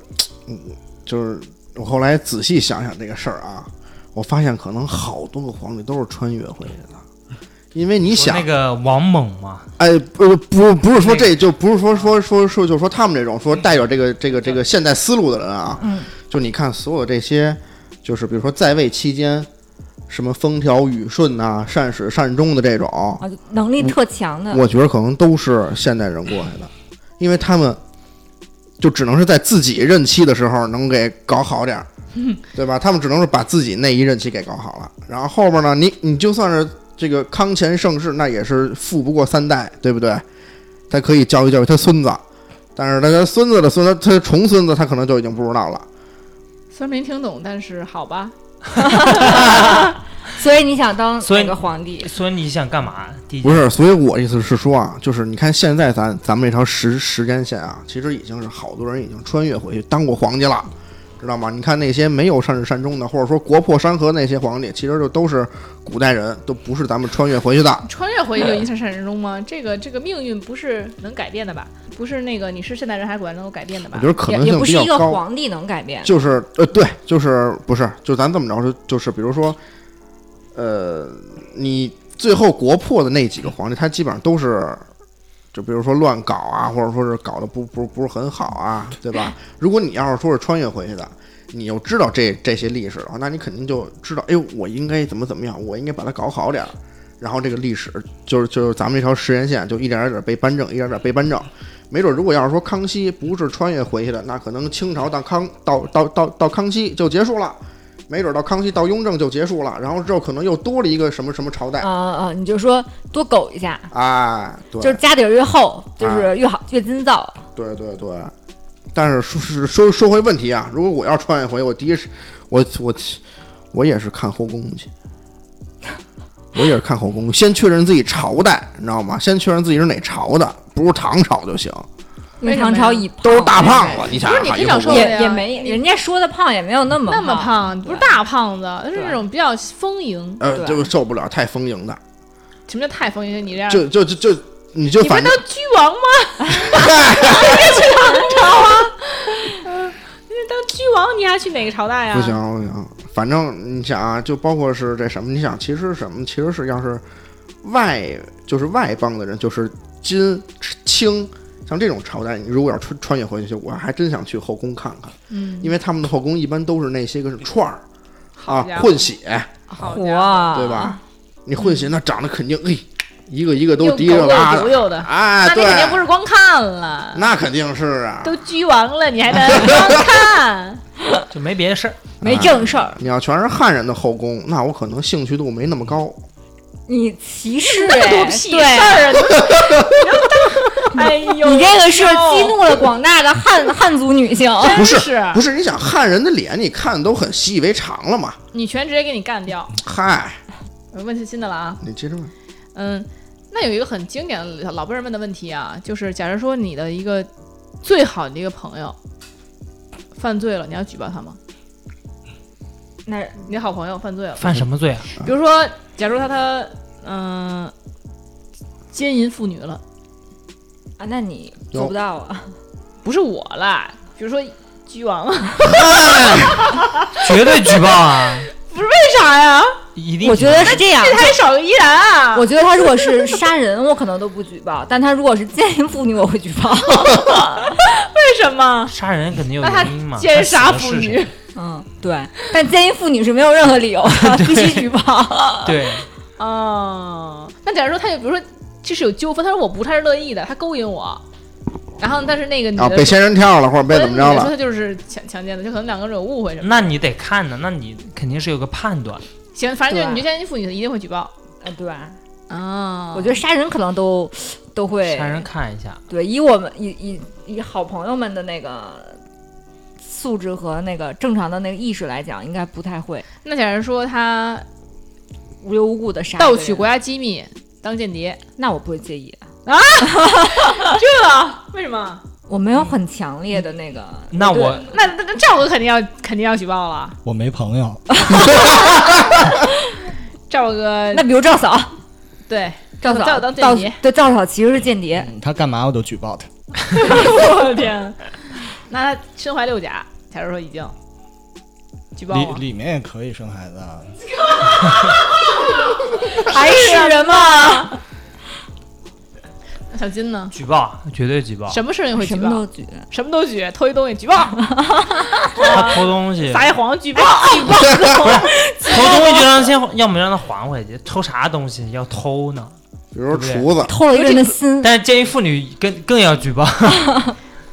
嗯，就是我后来仔细想想这个事儿啊，我发现可能好多个皇帝都是穿越回来的，因为你你想那，个王猛嘛，哎，不不不是说这就不是说说说说就说他们这种说带有这个这个这个现代思路的人啊，嗯，就你看所有这些，就是比如说在位期间，什么风调雨顺呐、善始善终的这种，啊，能力特强的，我觉得可能都是现代人过来的，因为他们就只能是在自己任期的时候能给搞好点儿，对吧？他们只能是把自己那一任期给搞好了，然后后边呢，你你就算是这个康乾盛世，那也是富不过三代，对不对？他可以教育教育他孙子，但是他他孙子的孙子，他重孙子，他可能就已经不知道了。虽然没听懂，但是好吧，所以你想当所以哪个皇帝？所以你想干嘛？第一不是，所以我意思是说啊，就是你看现在咱咱们这条时时间线啊，其实已经是好多人已经穿越回去当过皇帝了，知道吗？你看那些没有善始善终的，或者说国破山河那些皇帝，其实就都是古代人，都不是咱们穿越回去的。穿越回去就一切善人中吗？这个这个命运不是能改变的吧？不是那个你是现代人还是古代人能够改变的吧我觉？得可也能也性不比是较一个高，皇帝能改变。就是呃，对，就是不是，就咱这么着，就就是比如说，呃，你最后国破的那几个皇帝，他基本上都是。就比如说乱搞啊，或者说是搞得不不不是很好啊，对吧？如果你要是说是穿越回去的，你又知道这这些历史的话，那你肯定就知道，哎呦，我应该怎么怎么样，我应该把它搞好点儿。然后这个历史就是就是咱们这条时间线就一点儿一点儿被扳正，一点儿一点儿被扳正。没准儿如果要是说康熙不是穿越回去的，那可能清朝到康到到到到康熙就结束了，没准儿到康熙到雍正就结束了，然后之后可能又多了一个什么什么朝代啊。啊！你就说多苟一下，哎，对，就是家底儿越厚，就啊是越好越金造。对对对，但是说是说说回问题啊，如果我要穿越回，我第一是，我我我也是看后宫去，我也是看后宫，先确认自己朝代，你知道吗？先确认自己是哪朝的，不是唐朝就行，因为为什么唐呀朝以都是大为胖美子，你想想不是看你一跟后小宫瘦，也也没你人家说的胖也没哎有那么那么胖，胖不是大胖子，他是那种比较丰盈。呃，对就受不了太丰盈的，什么叫太丰盈？你这样，就就就就你就你不是反当正君王 [LAUGHS] 吗？你去唐朝啊？嗯，你当君王你还去哪个朝代啊？不行不行，反正你想啊，就包括是这什么，你想其实是什么，其实是要是外就是外邦的人，就是金清。像这种朝代，你如果要穿穿越回去，我还真想去后宫看看，嗯，因为他们的后宫一般都是那些个串儿啊好家伙，啊混血，好家伙火啊对吧？你混血那长得肯定，哎，一个一个又都狗提着又拉毒的，又的，啊哎，那你对，肯定不是光看了，那肯定是啊，都狙完了，你还能光 [LAUGHS] 看？就没别的事儿。没正事儿，你要全是汉人的后宫，那我可能兴趣度没那么高。你歧视那么多哎，屁事对。儿啊！你哎呦，你这个是哟 [LAUGHS] 激，怒了广大的汉 [LAUGHS] 汉族女性，真不是是不是，你想汉人的脸，你看都很习以为常了嘛。女权直接给你干掉。嗨，我问题新的了啊，你接着问，嗯，那有一个很经典的老辈人问的问题啊，就是假如说你的一个最好的一个朋友犯罪了，你要举报他吗？那你的好朋友犯罪了，犯什么罪啊？比如说，假如他他嗯、奸淫妇女了，啊，那你有做不到啊，不是我啦，比如说狙王了，啊绝对举报啊！为啥呀？一定举报。我觉得是这样。这还少个依然啊！我觉得他如果是杀人，我可能都不举报；但他如果是奸淫妇女，我会举 [LAUGHS] 报。为什么？杀人肯定有那他原因嘛。奸杀他死妇的是女谁，，嗯，对。但奸淫妇女是没有任何理由的，必须 [LAUGHS] 举报。 [LAUGHS] 对，哦，那假如说他有，比如说这是有纠纷，他说我不太是乐意的，他勾引我，然后但是那个女的、啊，被仙人跳了，或者被那怎么着女的说了？他就是强强奸的，就可能两个人有误会什么。那你得看呢，那你肯定是有个判断。行，反正就是对你就奸淫妇女的一定会举报嗯，对。啊哦我觉得杀人可能都都会杀人看一下，对，以我们以以以好朋友们的那个素质和那个正常的那个意识来讲，应该不太会那假如说他无缘无故的杀一个盗人。取国家机密当间谍，那我不会介意，为什么？我没有嗯很强烈的那个。那我 [LAUGHS] 那那那赵哥肯定要肯定要举报了，我没朋友，赵哥那比如赵嫂，对赵赵嫂当间赵谍对赵嫂其实是间谍，嗯他干嘛我都举报他。我的天， [LAUGHS] 那他身怀六甲，假如说已经举报我里里面也可以生孩子啊，还是人吗？那小金呢？举报，绝对举报。什么事嗯情会举什么报？都举。什么都举，偷一东西举报，他偷东西，撒一谎举报，偷东西就让先，要么让他还回去。偷啥东西要偷呢？比如说对厨子，偷了一个人的心，但是奸淫妇女更更要举报。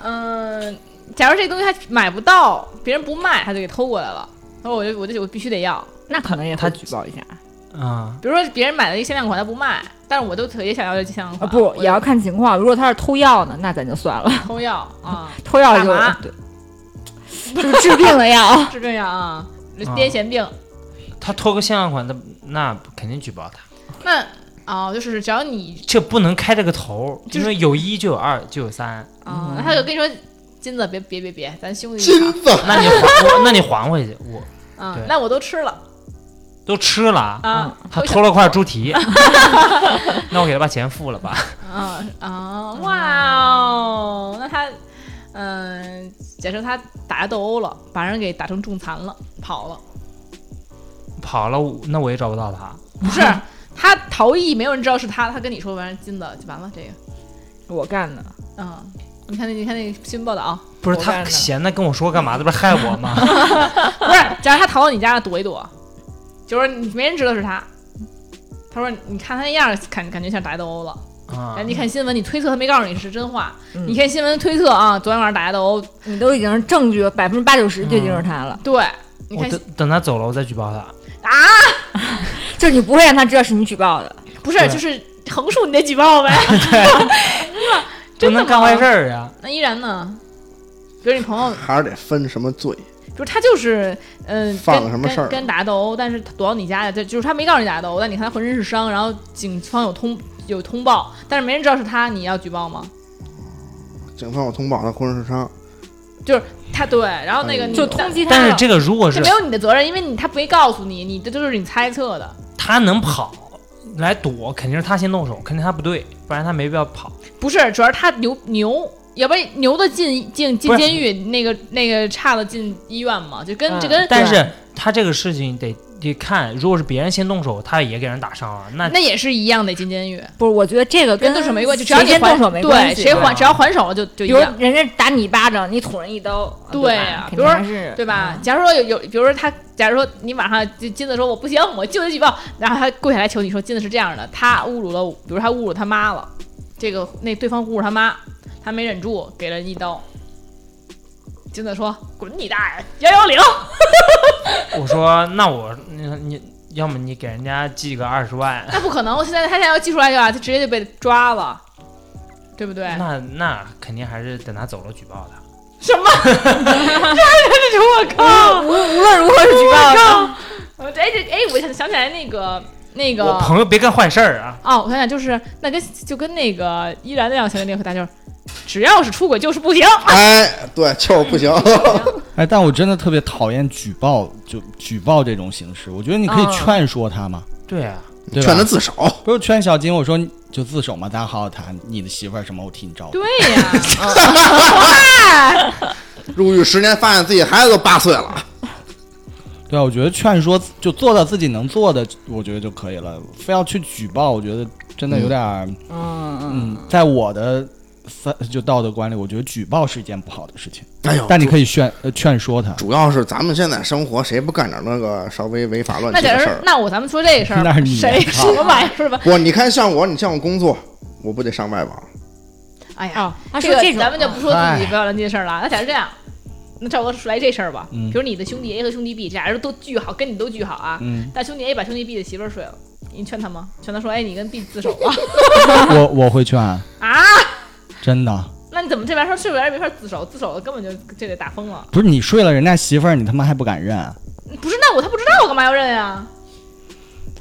嗯，假如这东西他买不到，别人不卖，他就给偷过来了。然后我就我就我必须得要，那可能也他会举报一下啊，比如说别人买了一个限量款，他不卖，但是我都特别想要这限量啊，款，不我也要看情况。如果他是偷药呢，那咱就算了，偷药 [LAUGHS] 啊，偷药就干嘛。对，就是治病的药 [LAUGHS] 治病药啊，啊癫痫病。他偷个限量款，那那肯定举报他。那哦，就是只要你这不能开这个头，就是因为有一就有二就有三，嗯啊，那他就跟你说，金子别别别别，咱兄弟一金场子，那你还我，那你还回去，我啊对，那我都吃了都吃了啊，啊嗯他偷了块猪蹄， [LAUGHS] 那我给他把钱付了吧。啊啊！哇哦，那他嗯，假设他打架斗殴了，把人给打成重残了，跑了，跑了，我那我也找不到他。不是他逃逸，没有人知道是他，他跟你说完金子就完了，这个我干的，嗯。你看那，你看那新闻报道 [LAUGHS] 啊，不是我他干的闲的跟我说干嘛？这不是害我吗？ [LAUGHS] 不是，假如他逃到你家躲一躲，就是你没人知道是他。他说：“你看他那样儿，感感觉像打架斗殴了。啊然后，你看新闻，你推测他没告诉你是真话，嗯你看新闻推测啊，昨天晚上打架斗殴，你都已经是证据百分之八九十就已经是他了，对，你嗯我看等等他走了，我再举报他。啊，就是你不会让他知道是你举报的。不是，对就是横竖你得举报呗，是吧？[LAUGHS] 不 [LAUGHS] 真的能吗干坏事。儿啊呀！那依然呢？比如你朋友，还是得分什么罪。比如他就是，嗯、犯了跟什么事儿跟跟打架斗殴，但是他躲到你家里，他就是他没告诉你打架斗殴，但你看他浑身是伤，然后警方有通有通报，但是没人知道是他，你要举报吗？警方有通报他浑身是伤，他对，然后那个嗯你就通缉他但了。是这个如果是啊这没有你的责任，因为你他没告诉你，你这都是你猜测的。他能跑来躲，肯定是他先动手，肯定他不对，不然他没必要跑。不是，主要是他牛牛，要不然牛的进进不进是监狱，那个那个差的进医院嘛，就跟、嗯这跟但是他这个事情得得看，如果是别人先动手，他也给人打伤了，那那也是一样得进监狱，不是，我觉得这个跟跟动手没关系，只要谁你先还动手没关对，系。谁对还啊只要还手了就就一比如样。人家打你一巴掌，你捅人一刀，对呀呀、比如说肯定还是嗯对吧？？假如说有有，比如说他，假如说你晚上就金子说我不行， [LAUGHS] 我就得举报，然后他跪下来求你说金子是这样的，他侮辱了我，比如他侮辱他妈了，这个那对方侮辱他妈，他没忍住给了人一刀，金子说滚你大爷幺 [LAUGHS] 幺零，我说那我你你要么你给人家寄个二十万，那不可能，我现在他现在要寄出来的话，他直接就被抓了，对不对？那那肯定还是等他走了举报他。什么？ [LAUGHS] 这这我靠！无无论如何是举报的。我哎这哎，我想想起来那个那个我朋友别干坏事儿啊！哦，我想想，就是那跟就跟那个依然那样，想想那回答就是，只要是出轨就是不行。哎，对，就是不行。哎，但我真的特别讨厌举报，就举报这种形式。我觉得你可以嗯劝说他嘛，对啊，对吧？劝他自首，不是劝小金，我说你就自首嘛，咱好好谈。你的媳妇儿什么，我替你招。对呀、 [LAUGHS] 入狱十年，发现自己孩子都八岁了，对啊，我觉得劝说就做到自己能做的，我觉得就可以了。非要去举报，我觉得真的有点儿，嗯嗯嗯，在我的三就道德观里，我觉得举报是一件不好的事情。哎呦但你可以劝呃劝说他，主要是咱们现在生活，谁不干点那个稍微违法乱那纪假的如事儿？那我咱们说这事儿那是，你谁啊什么玩意儿是吧？不，你看像我，你像我工作，我不得上外网？哎呀，哦，他这说个这种，咱们就不说哎自己不要乱记的事儿了。那假如这样，那赵哥说来这事儿吧，嗯比如你的兄弟 A 和兄弟 B，假如都巨好，跟你都巨好啊，嗯，但兄弟 A 把兄弟 B 的媳妇儿睡了，你劝他吗？劝他说，哎，你跟 B 自首 [LAUGHS] 吧。我我会劝，啊，真的那你怎么这边说睡不着也没法自首，自首了根本就这得打疯了。不是你睡了人家媳妇儿，你他妈还不敢认？啊不是，那我他不知道，我干嘛要认呀？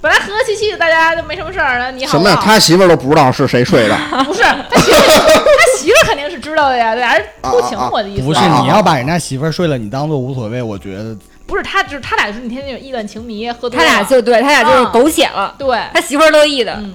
本来和和气气的，大家就没什么事儿呢。你好什不么呀？好？他媳妇儿都不知道是谁睡的， [LAUGHS] 不是他媳妇儿，他媳妇儿肯定是知道的呀，俩人偷情啊啊啊，我的意思。不是啊你要把人家媳妇儿睡了，你当做无所谓，我觉得不是他，就是他俩就是那天那种意乱情迷，喝多他了俩就对他俩就是狗血了，对，他媳妇儿乐意的。嗯，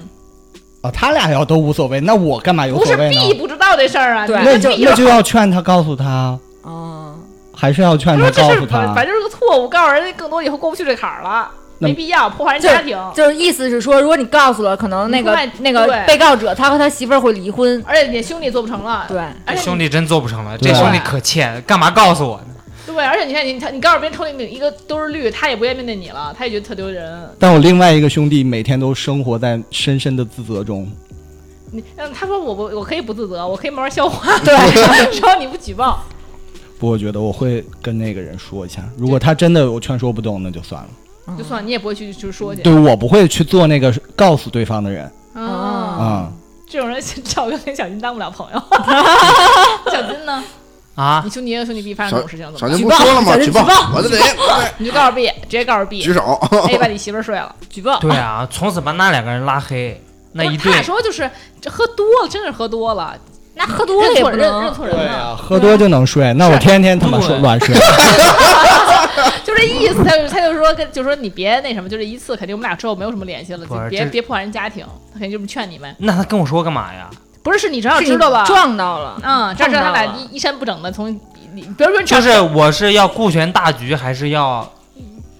啊，他俩要都无所谓，那我干嘛有不所是谓 B 呢？不知道这事儿啊，对你那跟就 B 那就要劝他，告诉他，哦，还是要劝他他说这告事诉儿反他反。正是个错误，告诉人家更多以后过不去这坎儿了，那没必要破坏人家庭。就是意思是说，如果你告诉了，可能那你个另外那个对被告者他和他媳妇儿会离婚。而且你兄弟也做不成了，对，而且兄弟真做不成了，对这兄弟可欠，干嘛告诉我呢？对，而且你看你他你告诉别人头里一个都是绿，他也不愿意面对你了，他也觉得特丢人。但我另外一个兄弟每天都生活在深深的自责中，你嗯，他说我不，我可以不自责，我可以慢慢消化。对，只要你不举报，不过我觉得我会跟那个人说一下，如果他真的我劝说不动，那就算了。就算你也不会去去说去。对我不会去做那个告诉对方的人啊，啊、这种人赵哥跟小金当不了朋友。小金呢？啊你，兄弟 A 和兄弟 B 发生这种事情怎小么办？金不说了吗？举举报报，我就得你就告诉 B，直接告诉 B，A 举手。把你媳妇儿睡了，举报。对啊，从此把那两个人拉黑，那不一是他俩对说就是这喝多了，真是喝多了，那喝多了认也错不人认认能。错人了，喝多就能睡，那我天天他妈说对乱睡。就这意思。他就他就说跟就说你别那什么，就这一次，肯定我们俩之后没有什么联系了，不是就别这别破坏人家庭。他肯定这么劝你们，那他跟我说干嘛呀？不是是你只要是知你道吧？撞到了，嗯，这样知道他撞俩到了一一山不整的从，你比如说你找就是我是要顾全大局，还是要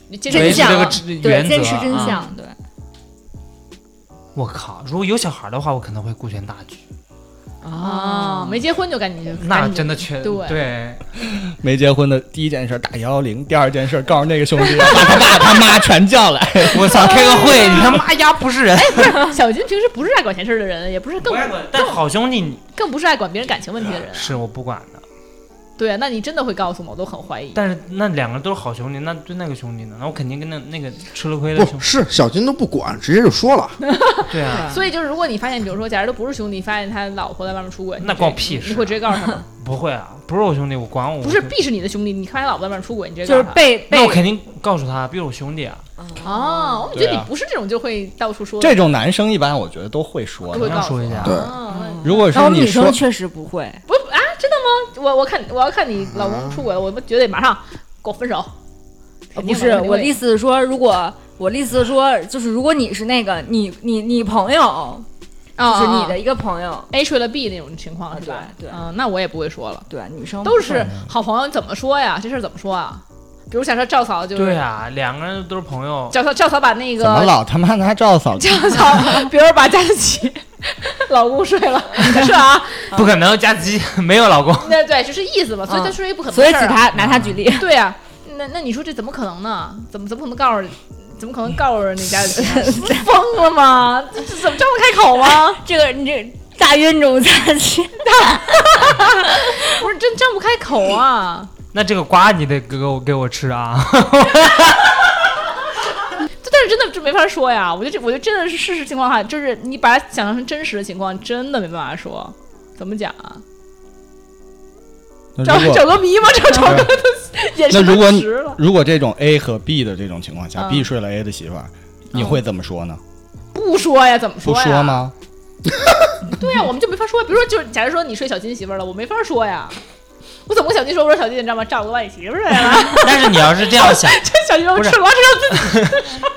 你这维真持相这啊个知对，原则？坚持真啊！相，对。我靠，如果有小孩的话，我可能会顾全大局。啊，没结婚就赶紧去，那赶紧真的缺对 [LAUGHS] 对， [LAUGHS] 没结婚的第一件事打幺幺零，第二件事告诉那个兄弟把他爸他妈全叫来。我操，开个会，你他妈丫不是哎人。小金平时不是爱管闲事儿的人，也不是更不爱管但好兄弟你更不是爱管别人感情问题的人。是我不管的，对，啊那你真的会告诉我，我都很怀疑。但是那两个都是好兄弟，那对那个兄弟呢？那我肯定跟那那个吃了亏的兄不弟。是小金都不管，直接就说了。对啊， [LAUGHS] 所以就是，如果你发现，比如说，假如都不是兄弟，发现他老婆在外面出轨，那你关会我屁事你会直接告诉他吗？不会啊，不是我兄弟，我 [LAUGHS] 管我不是我，B 是你的兄弟，你发现老婆在外面出轨，你直接就是告诉他被被那我肯定告诉他，比如我兄弟啊，哦，我觉得对你啊不是这种就会到处说的这种男生一般我觉得都会说都会的，同样告诉说一下我对哦如果然是后你女说生确实不会，那不啊，真的吗？我我看我要看你老公出轨了，我绝对马上给我分手。呃不是我的意思，思是说，如果我的意思是说，就是如果你是那个你你你朋友，就是你的一个朋友，哦 A 睡了 B 那种情况啊是吧？对对嗯，那我也不会说了，对，女生都不会是好朋友，怎么说呀？这事儿怎么说啊？比如想说赵嫂就是，对啊，两个人都是朋友，赵嫂赵嫂把那怎么个老他妈拿赵嫂？赵嫂， [LAUGHS] 比如把佳琪老公睡了， [LAUGHS] 是啊，不可能佳琪 [LAUGHS] 没有老公，那对就是意思嘛，所以他嗯说一不可能、啊所以举他拿他举例， [LAUGHS] 对呀、那那你说这怎么可能呢？怎么怎么可能告诉？怎么可能告诉那家里疯了吗？这这怎么张不开口啊 [LAUGHS] 吗？这个你这大冤种佳琪，不是真张不开口啊！那这个瓜你得给我给我 [LAUGHS] 吃啊！这但是真的这没法说呀。我觉得这我觉得真的是事实情况下，就是你把它想象成真实的情况，真的没办法说。怎么讲啊？那找如找果个迷吗？找找个 [LAUGHS] 对眼那神如果都你直了，如果这种 A 和 B 的这种情况下嗯，B 睡了 A 的媳妇儿，你嗯会怎么说呢？不啊说呀，怎么不呀？说吗？对呀、我们就没法说。比如说，就是假如说你睡小金媳妇儿了，我没法说呀。我怎么跟小金说？我说小金，你知道吗？赵哥把你媳妇儿来了， [LAUGHS] 但是你要是这样想，这小金说不是吃瓜吃到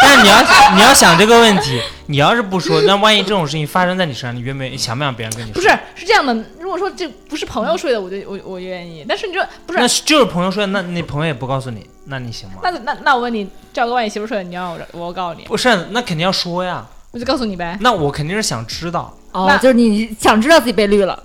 但是你要你要想这个问题，你要是不说，那万一这种事情发生在你身上，你愿不愿意想不想别人跟你说？不是，是这样的。如果说这不是朋友睡的，我就我我愿意。但是你说不是那，是就是朋友说，那那朋友也不告诉你，那你行吗？那那那我问你，赵哥万一媳妇睡了，你要我我告诉你，不是，那肯定要说呀。我就告诉你呗。那我肯定是想知道，那哦，就是你想知道自己被绿了。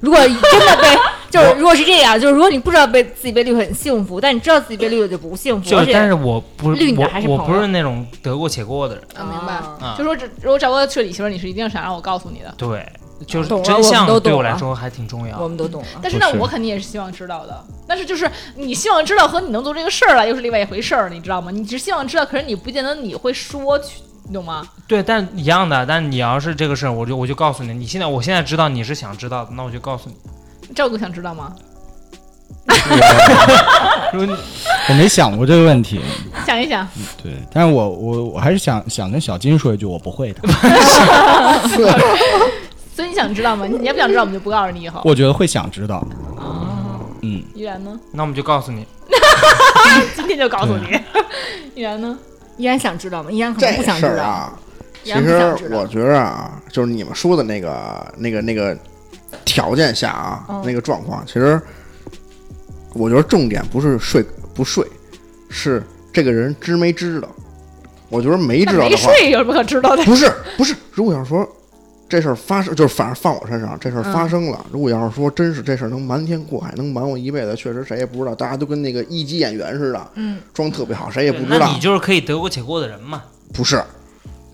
如果 [LAUGHS] 真的被，就是如果是这样，就是如果你不知道被自己被绿很幸福，但你知道自己被绿了就不幸福，啊就而是但且是我不绿你的我还是我朋不友是那种得过且过的人，啊，明白。啊啊就说这如果赵哥睡你媳妇儿，你是一定想让我告诉你的。对，就是懂了啊真我们相都对懂我来了说还挺重要我。们都懂了。但是不那是我肯定也是希望知道的，但是就是你希望知道和你能做这个事儿来又是另外一回事儿，你知道吗？你只希望知道，可是你不见得你会说去，你懂吗？对，但一样的，但你要是这个事儿，我就我就告诉你，你现在我现在知道你是想知道的，那我就告 [LAUGHS] 诉你。赵哥想知道吗？如果你我没想过这个问题，想一想，对，但是我我我还是想想跟小金说一句，我不会 [LAUGHS] 的，所以你想知道吗？你要不想知道，我们就不告诉你以后。我觉得会想知道，嗯，依然呢？那我们就告诉你，今天就告诉你。依然呢？依然想知道吗？依然可能这不想事知儿道，啊，依其然不想实知道我。觉着啊，就是你们说的那个、那个、那个条件下啊，嗯那个状况，其实我觉得重点不是睡不睡，是这个人知没知道。我觉得没那知道没的话，睡有什么可知道的？ [LAUGHS] 不是不是，如果要是说这事儿发生，就是反正放我身上，这事儿发嗯生了。如果要是说真是这事儿能瞒天过海，能瞒我一辈子，确实谁也不知道，大家都跟那个一级演员似的，嗯，装特别好，谁也不知那道你。就是可以得过且过的人嘛。不是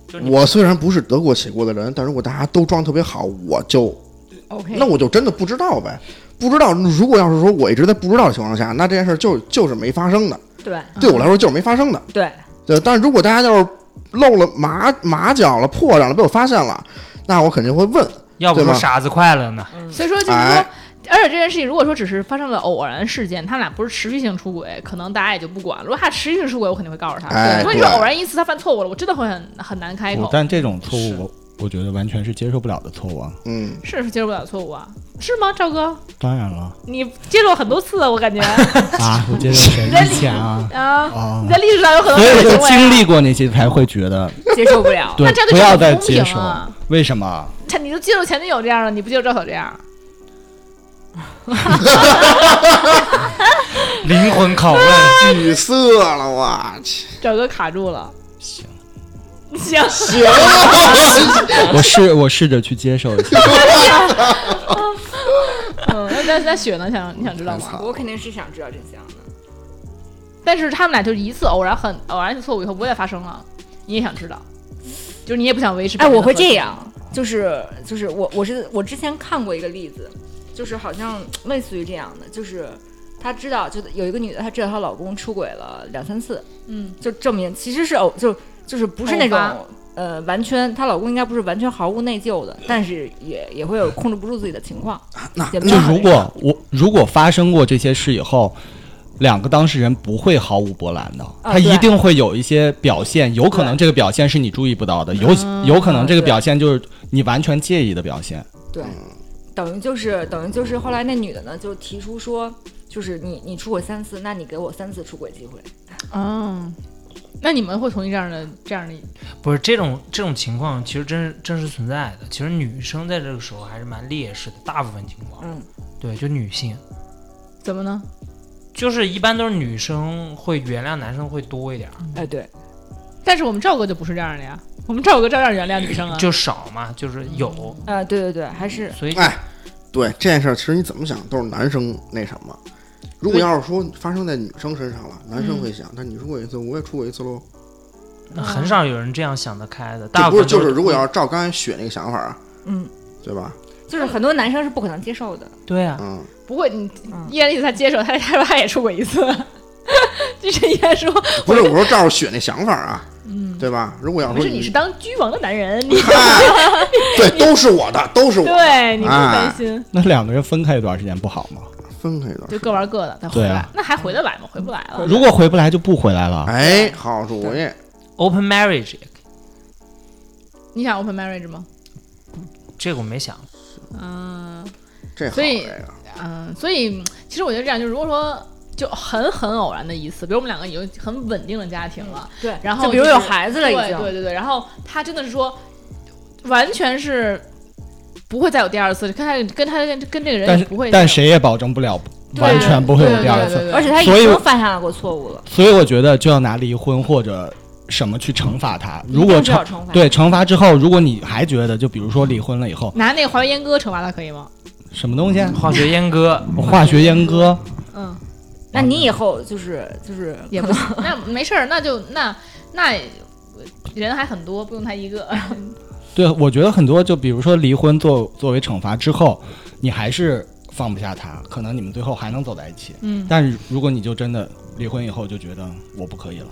就是，你我虽然不是得过且过的人，但如果大家都装特别好，我就 [LAUGHS] OK 那我就真的不知道呗。不知道，如果要是说我一直在不知道的情况下，那这件事儿就就是没发生的，对对我来说就是没发生嗯的。对，对，但是如果大家要是露了马马脚了、破绽了，被我发现了，那我肯定会问。要不对说吧傻子快乐呢？嗯所以说就是说哎，而且这件事情如果说只是发生了偶然事件，他俩不是持续性出轨，可能大家也就不管了。如果他持续性出轨，我肯定会告诉他。哎如果你说对偶然一次他犯错误了，我真的会很很难开不口。哦但这种错是误我我觉得完全是接受不了的错误啊，嗯，是是接受不了错误啊？是吗，赵哥？当然 [LAUGHS] 了你接受很多次啊，我感觉啊，我接受谁之前啊啊，啊你在，历史上有很多所以我就次经行为啊。历过那些才会觉得接受不了。对那这样，就不要再不公平接受啊，为什么？他你都接受前女友这样了，你不接受赵嫂这样？灵魂拷 [LAUGHS] 问，语塞了，我去，赵哥卡住了，行， [LAUGHS] 行，行，我试我试着去接受一下，嗯，那那那雪呢？想你想知道吗？我肯定是想知道真啊相的。但是他们俩就是一次偶然很偶然一次错误以后不会再发生了，你也想知道，就是你也不想维持。哎，我会这，样，就是就是我我是我之前看过一个例子，就是好像类似于这样的，就是她知道，就有一个女的，她知道她老公出轨了两三次，嗯，就证明其实是偶就就是不是那种偶发呃完全，她老公应该不是完全毫无内疚的，但是也也会有控制不住自己的情况。 [LAUGHS] 那也没就有如果我如果发生过这些事以后，两个当事人不会毫无波澜的，他一对定会有一些表现，有可能这个表现是你注意不到的，有有可能这个对表现就是你完全介意的表现。对，等于就是等于就是后来那女的呢就提出说，就是你你出轨三次，那你给我三次出轨机会。嗯，那你们会同意这样的这样的？不是这种这种情况，其实真是真实存在的。其实女生在这个时候还是蛮劣势的，大部分情况，嗯，对，就女性，怎么呢？就是一般都是女生会原谅男生会多一点儿，哎，对。但是我们赵哥就不是这样的呀，我们赵哥照样原谅女生啊。就少嘛，就是有，啊，对对对，还是所以哎，对这件事儿，其实你怎么想都是男生那什么。如果要是说发生在女生身上了，男生会嗯想，那你出轨一次，我也出轨一次喽。很少有人这样想得开的。这大部不是分就都嗯是如果要是照刚才雪那个想法啊，嗯，对吧？就是很多男生是不可能接受的。对啊，嗯，不过你嗯依然意思他接受，他他他也出轨一次，就是依然说不是，我说照着雪那想法啊，嗯，对吧？如果要不说是你是当居王的男人，你哎对，都是我的，都是我的，对你不担心，那两个人分开一段时间不好吗？分开一段就时各间。玩各的，再回对来啊，那还回得来吗？回不来了。如果回不来就不回来了。哎，好主意， open marriage 也可以你想 open marriage 吗？这个我没想，嗯这好所以这个。嗯，所以其实我觉得这样，就如果说就很很偶然的一次，比如我们两个已经很稳定的家庭了，对，然后就比如就是有孩嗯子了已对经，对对对，然后他真的是说，完全是不会再有第二次，跟他跟他跟这个人但也是不会再有，但谁也保证不了，对完全不会有第二对对次。对对对而且他已所以经我犯下过错误了，所以我觉得就要拿离婚或者什么去惩罚他。如一果定是要惩惩罚，对惩罚之后，如果你还觉得，就比如说离婚了以后，拿那个还原阉割惩罚他可以吗？什么东西啊，化学阉割，化学阉割，嗯，那你以后就是就是也不行，那没事儿，那就那那人还很多，不用他一个。嗯对我觉得很多，就比如说离婚作作为惩罚之后，你还是放不下他，可能你们最后还能走在一起。嗯，但是如果你就真的离婚以后就觉得我不可以了，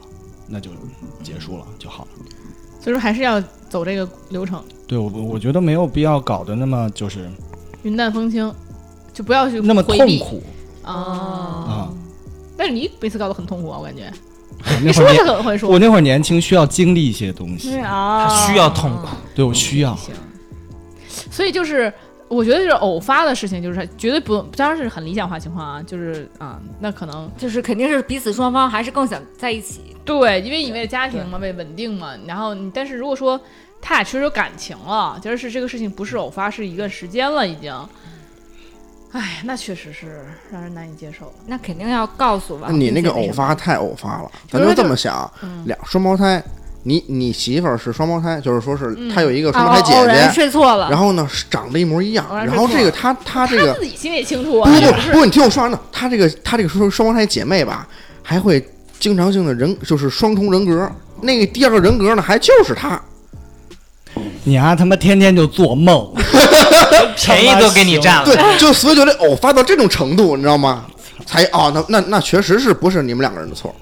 那就结束了就好了。所以说还是要走这个流程，对我我觉得没有必要搞得那么就是云淡风轻，就不要去那么回痛避苦哦。啊、 [LAUGHS] 但是你每次搞得很痛苦啊，我感觉 [LAUGHS] 我你那会说儿是年很会说我，那会儿年轻需要经历一些东西，啊他需要痛苦。对我需要。行，所以就是。我觉得就是偶发的事情，就是绝对不，当然是很理想化情况啊，就是啊、那可能就是肯定是彼此双方还是更想在一起。对，因为你为了家庭嘛，为稳定嘛，然后你但是如果说他俩确实有感情了，就是这个事情不是偶发，是一个时间了已经，哎，那确实是让人难以接受。啊那肯定要告诉吧。那啊你那个偶并且什么发太偶发了，就咱是就就这么想，嗯，俩双胞胎，你你媳妇儿是双胞胎，就是说是嗯她有一个双啊胞偶胎姐偶然姐，睡错了，然后呢是长得一模一样偶，然然后睡错这个她她这 [LAUGHS] 他个自 [LAUGHS] 己心里也清楚不啊，不也不是不，你听我说完呢，她这个她这个双双胞胎姐妹吧，还会经常性的人就是双重人格，那个第二个人格呢还就是她，你啊，他妈天天就做梦，便宜都给你占了。对，就所以就得偶发到这种程度，你知道吗？才哦，那那那确实是不是你们两个人的错，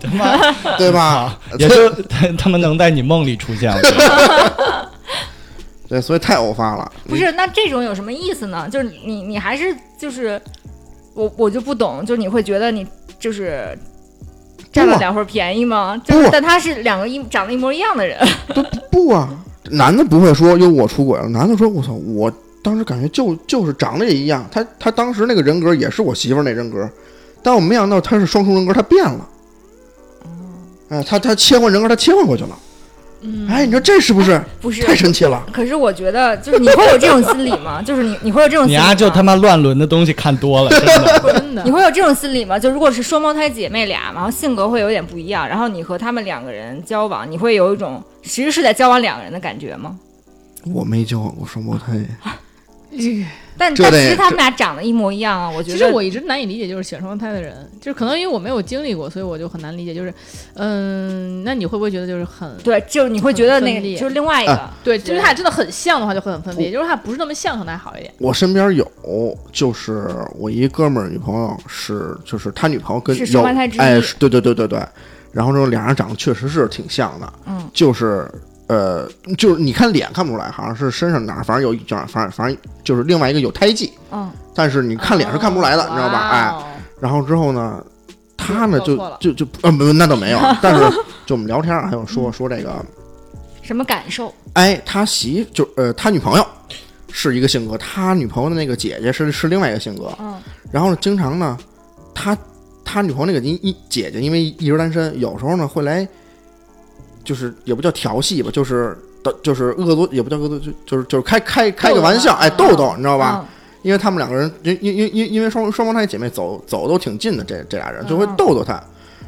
他妈对吧啊？，也就 [LAUGHS] 他他妈能在你梦里出现了。对，所以太偶发了，不是，那这种有什么意思呢？就是你，你还是就是我，我就不懂，就是你会觉得你就是占了两份便宜吗？就是，不但他是两个一长得一模一样 [LAUGHS] 的人，不啊，男的不会说哟我出轨了，男的说我操，我当时感觉就就是长得也一样，他他当时那个人格也是我媳妇儿那人格，但我没想到他是双重人格，他变了。哎，他他切换人格，他切换过去了。嗯，哎，你说这是不是不是太？神奇了？可是我觉得，就是你会有这种心理吗？就是你，你会有这种心你理吗？啊，就他妈乱伦的东西看多了，真的。真的你，会有这种心理吗？就如果是双胞胎姐妹俩，然后性格会有点不一样，然后你和他们两个人交往，你会有一种其实是在交往两个人的感觉吗？我没交往过双胞胎，这个但这但其得实他们俩长得一模一样啊，我觉其得。实我一直难以理解，就是喜欢双胞胎的人，就是可能因为我没有经历过，所以我就很难理解。就是，嗯，那你会不会觉得就是很对，就是你会觉得很分那个裂就是另外一个，啊对，就是他俩真的很像的话，就会很分别；不就是他不是那么像，可能还好一点。我身边有，就是我一哥们儿女朋友是，就是他女朋友跟是有双胞胎之一哎，是对对对对对，然后这俩人长得确实是挺像的，嗯，就是呃，就是你看脸看不出来，好像是身上哪儿，反正有一角，反正反正就是另外一个有胎记，嗯，哦但是你看脸是看不出来的，你知道吧？哎，哎，然后之后呢，他呢搞就错了就就呃没有那倒没 [LAUGHS] 有，但是就我们聊天儿还有嗯说说这个，什么感受？哎，他媳就呃他女朋友是一个性格，他女朋友的那个姐姐是是另外一个性格，嗯，然后呢，经常呢，他他女朋友那个一一姐姐，因为一直单身，有时候呢会来，就是也不叫调戏吧，嗯就是就是恶作，也不叫恶作，就就是就是开开开个玩笑，哎，逗逗，你知道吧？？因为他们两个人，因因因因因为双双胞胎姐妹走走都挺近的，这这俩人就会嗯逗逗他，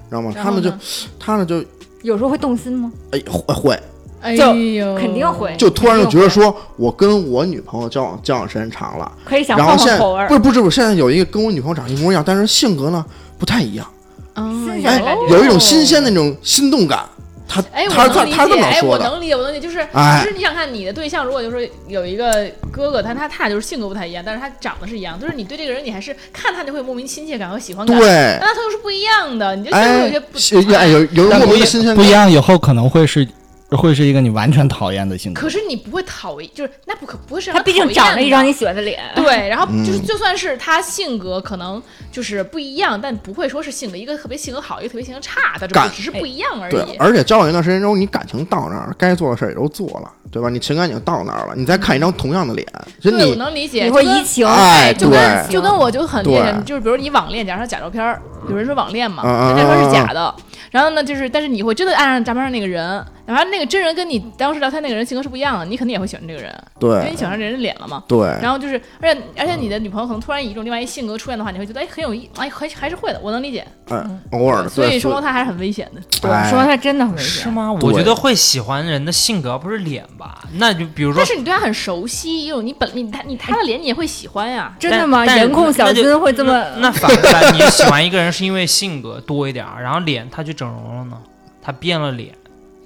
知道吗？然他后们就呢他呢就有时候会动心吗？哎会会哎就呦，肯定会，就突然就肯定觉得说，我跟我女朋友交往交往时间长了，可以想然换后现换在口味儿不，是不是不是，现在有一个跟我女朋友长一模一样，但是性格呢不太一样，新新鲜的感觉哎有一种新鲜的那种心动感。他哎，他我是他能理他是这解，么哎，说我的，能理解，我能理解，就是哎就是你想看你的对象，如果就说有一个哥哥，但他他俩就是性格不太一样，但是他长得是一样，就是你对这个人你还是看他就会莫名亲切感和喜欢感，对但，他又是不一样的，你就相对有哎些不，是哎有有但莫不名一的新鲜不一感，样，以后可能会是会是一个你完全讨厌的嗯性格可。是你不会讨厌，就是那不可不会是让他毕竟讨厌长了一的张你喜欢的脸，对，然后就是嗯就算是他性格可能就是不一样，但不会说是性格一个特别性格好，一个特别性格差，他只不过感只是不一样而对已，。而且交往一段时间之后，你感情到那儿了，该做的事儿也都做了，对吧？你情感已经到那儿了，你再看一张同样的脸，就对，我你能理解。你会就跟移情，哎就对跟就跟我就很那对什就是比如你网恋，假如说假照片儿，有人说网恋嘛，嗯嗯嗯大家说是假的，然后呢，就是但是你会真的爱上照片上那个人，然后那个真人跟你当时聊天那个人性格是不一样的，你肯定也会喜欢这个人，因为对你喜欢上这人的脸了嘛。对然后就是，而且而且你的女朋友可能突然以一种另外一性格出现的话，你会觉得哎很有意，哎还还是会的，我能理解。哎，偶尔的所以对，双胞所胎还是很危险的。以哎说他真的很危是险。吗？对我觉得会喜欢人的性格不是脸吧？那就比如说但，是你对他很熟悉，有你本你他你他的脸你也会喜欢呀。真的吗？但但颜控小那金就会这那么？那反过来，你喜欢一个人是因为性格多一点儿，然后脸他去整容了呢，他变了脸，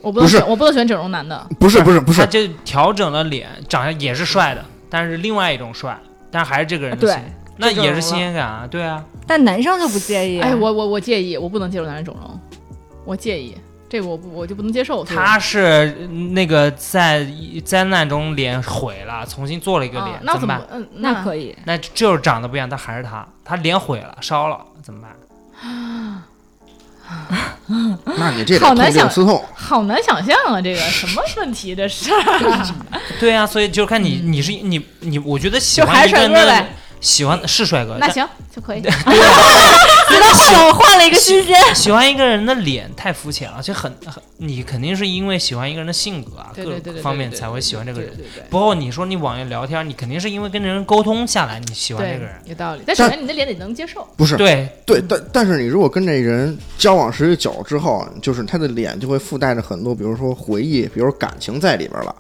我不能不是选我不能选整容男的，不是不是不是 [LAUGHS] 他，就调整了脸，长相也是帅的，但是另外一种帅，但还是这个人的对性格那就整也是容新鲜感啊，对啊，但男生就不介意。啊哎，我我我介意，我不能接受男人整容，我介意这个我不我就不能接受。所以他是那个在灾难中脸毁了，重新做了一个脸啊，，那怎怎么办？嗯那那可以，那就是长得不一样，但还是他，他脸毁了，烧了，[LAUGHS] 怎么办？那你这得好痛难定想思痛，好难想象啊，这个什么问题这是？ [LAUGHS] 对啊，所以就看你，你是你你，我觉得喜嗯就还欢是一个人帅哥的呗喜欢是帅哥，那但行就可以。觉得换了换了一个新鲜。喜欢一个人的脸太肤浅了，就很很，你肯定是因为喜欢一个人的性格啊，对各对对种对，方面对才会喜欢这个人。对对对对包括你说你网上聊天，你肯定是因为跟人沟通下来，你喜欢这对个人。有道理。但首先你的脸得能接受，不是对，对，但但是你如果跟这人交往时间久了之后，啊就是他的脸就会附带着很多，比如说回忆，比如感情在里边了，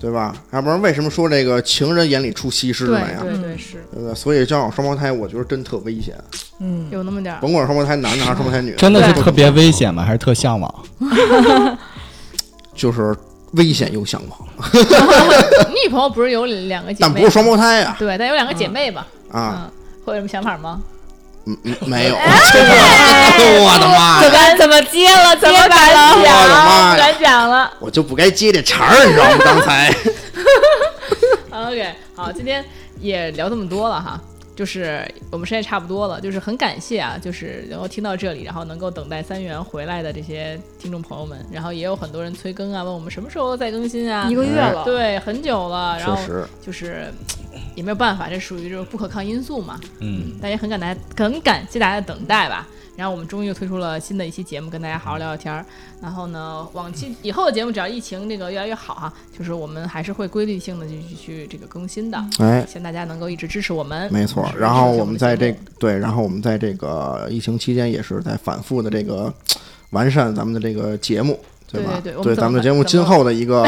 对吧？要不然为什么说这个情人眼里出西施呢呀？对嗯对是对不对？所以交往双胞胎，我觉得真特危险，嗯，有那么点儿。甭管双胞胎男的还是双胞胎女的，真的是对特别危险吗？还是特向往？就是危险又向往，你女朋友不是有两个姐但妹？不是双胞胎呀对，但有两个姐妹吧？啊，嗯，会有什么想法吗？嗯嗯，没有，真的，哎 [LAUGHS] 我的妈怎哎呀！么怎么接了？接不敢白讲，了。我的妈呀不敢哦讲了。我就不该接这茬儿，你知道吗？刚才 OK，好，今天也聊这么多了哈，就是我们时间也差不多了，就是很感谢啊，就是能够听到这里，然后能够等待三元回来的这些听众朋友们，然后也有很多人催更啊，问我们什么时候再更新啊一。个月了，对，很久了， [LAUGHS] 然确后实，就是嗯也没有办法，这属于这种不可抗因素嘛。嗯，大家很感大家很感谢大家的等待吧。然后我们终于又推出了新的一期节目，跟大家好好聊聊天儿。然后呢，往期以后的节目，只要疫情这个越来越好哈、就是我们还是会规律性的去去去这个更新的。哎。希望大家能够一直支持我们。没错支，持然后支持我们在嗯的节这目对，然后我们在这个疫情期间也是在反复的这个完善咱们的这个节目，吧？对对对对我们怎么咱们的节目怎今么后的 [LAUGHS] 一个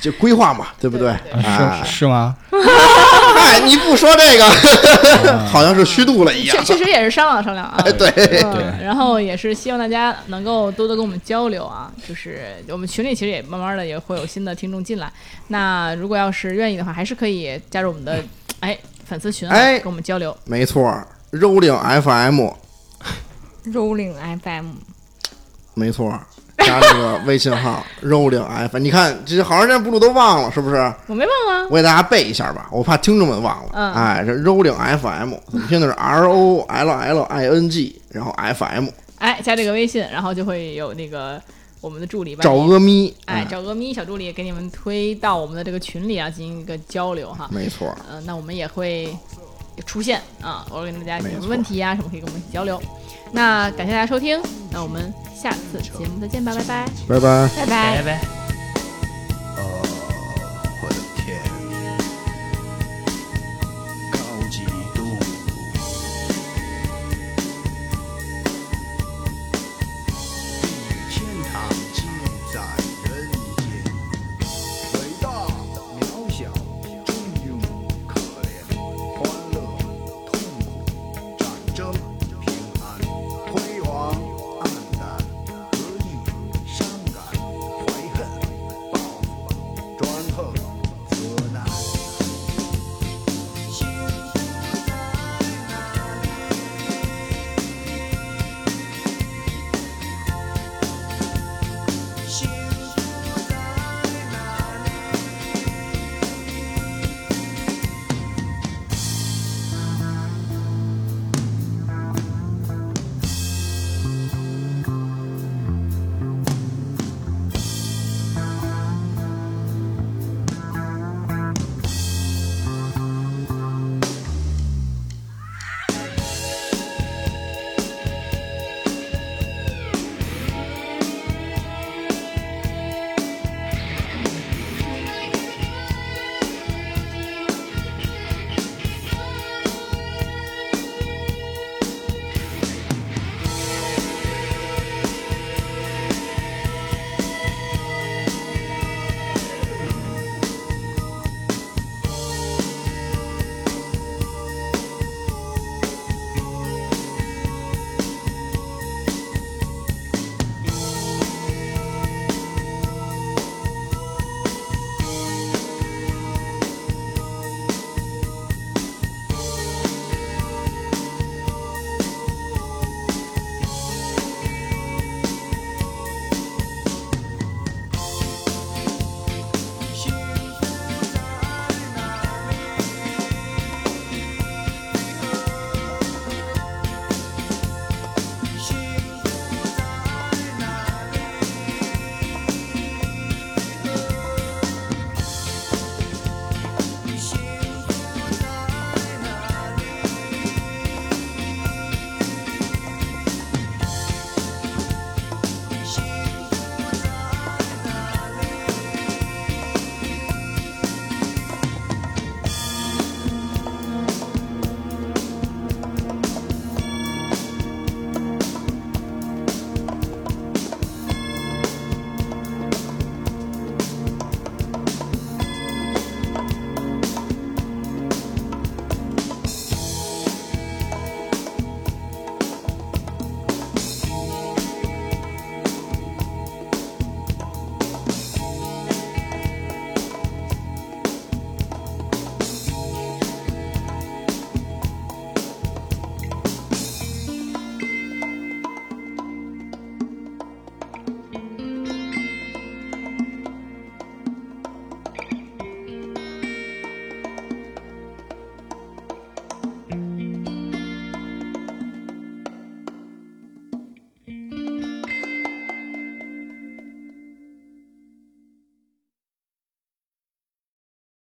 就规划嘛，对不对对啊哎 [LAUGHS] 是是吗？哎，你不说这个，嗯 [LAUGHS] 好像是虚度了一样 [LAUGHS] 确。确实也是商量商量 [LAUGHS] 啊。对对对嗯，然后也是希望大家能够多多跟我们交流啊，就是我们群里其实也慢慢的也会有新的听众进来，那如果要是愿意的话，还是可以加入我们的哎粉丝群啊，哎跟我们交流。没错，Rolling FM， ，Rolling FM，没错，加那个微信号 Rolling FM。你看，这好长时间不录都忘了，是不是？我没忘啊，我给大家背一下吧，我怕听众们忘了。嗯哎，这 Rolling FM 怎么拼的是 R O L L I N G，然后 FM。哎，加这个微信，然后就会有那个我们的助理吧。找阿咪，哎，找个咪小助理给你们推到我们的这个群里啊，进行一个交流哈。没错，嗯、那我们也会出现啊，偶尔跟大家有没什么错问题啊什么可以跟我们一起交流。那感谢大家收听，那我们下次节目再见吧，拜拜。拜拜。拜拜拜。拜。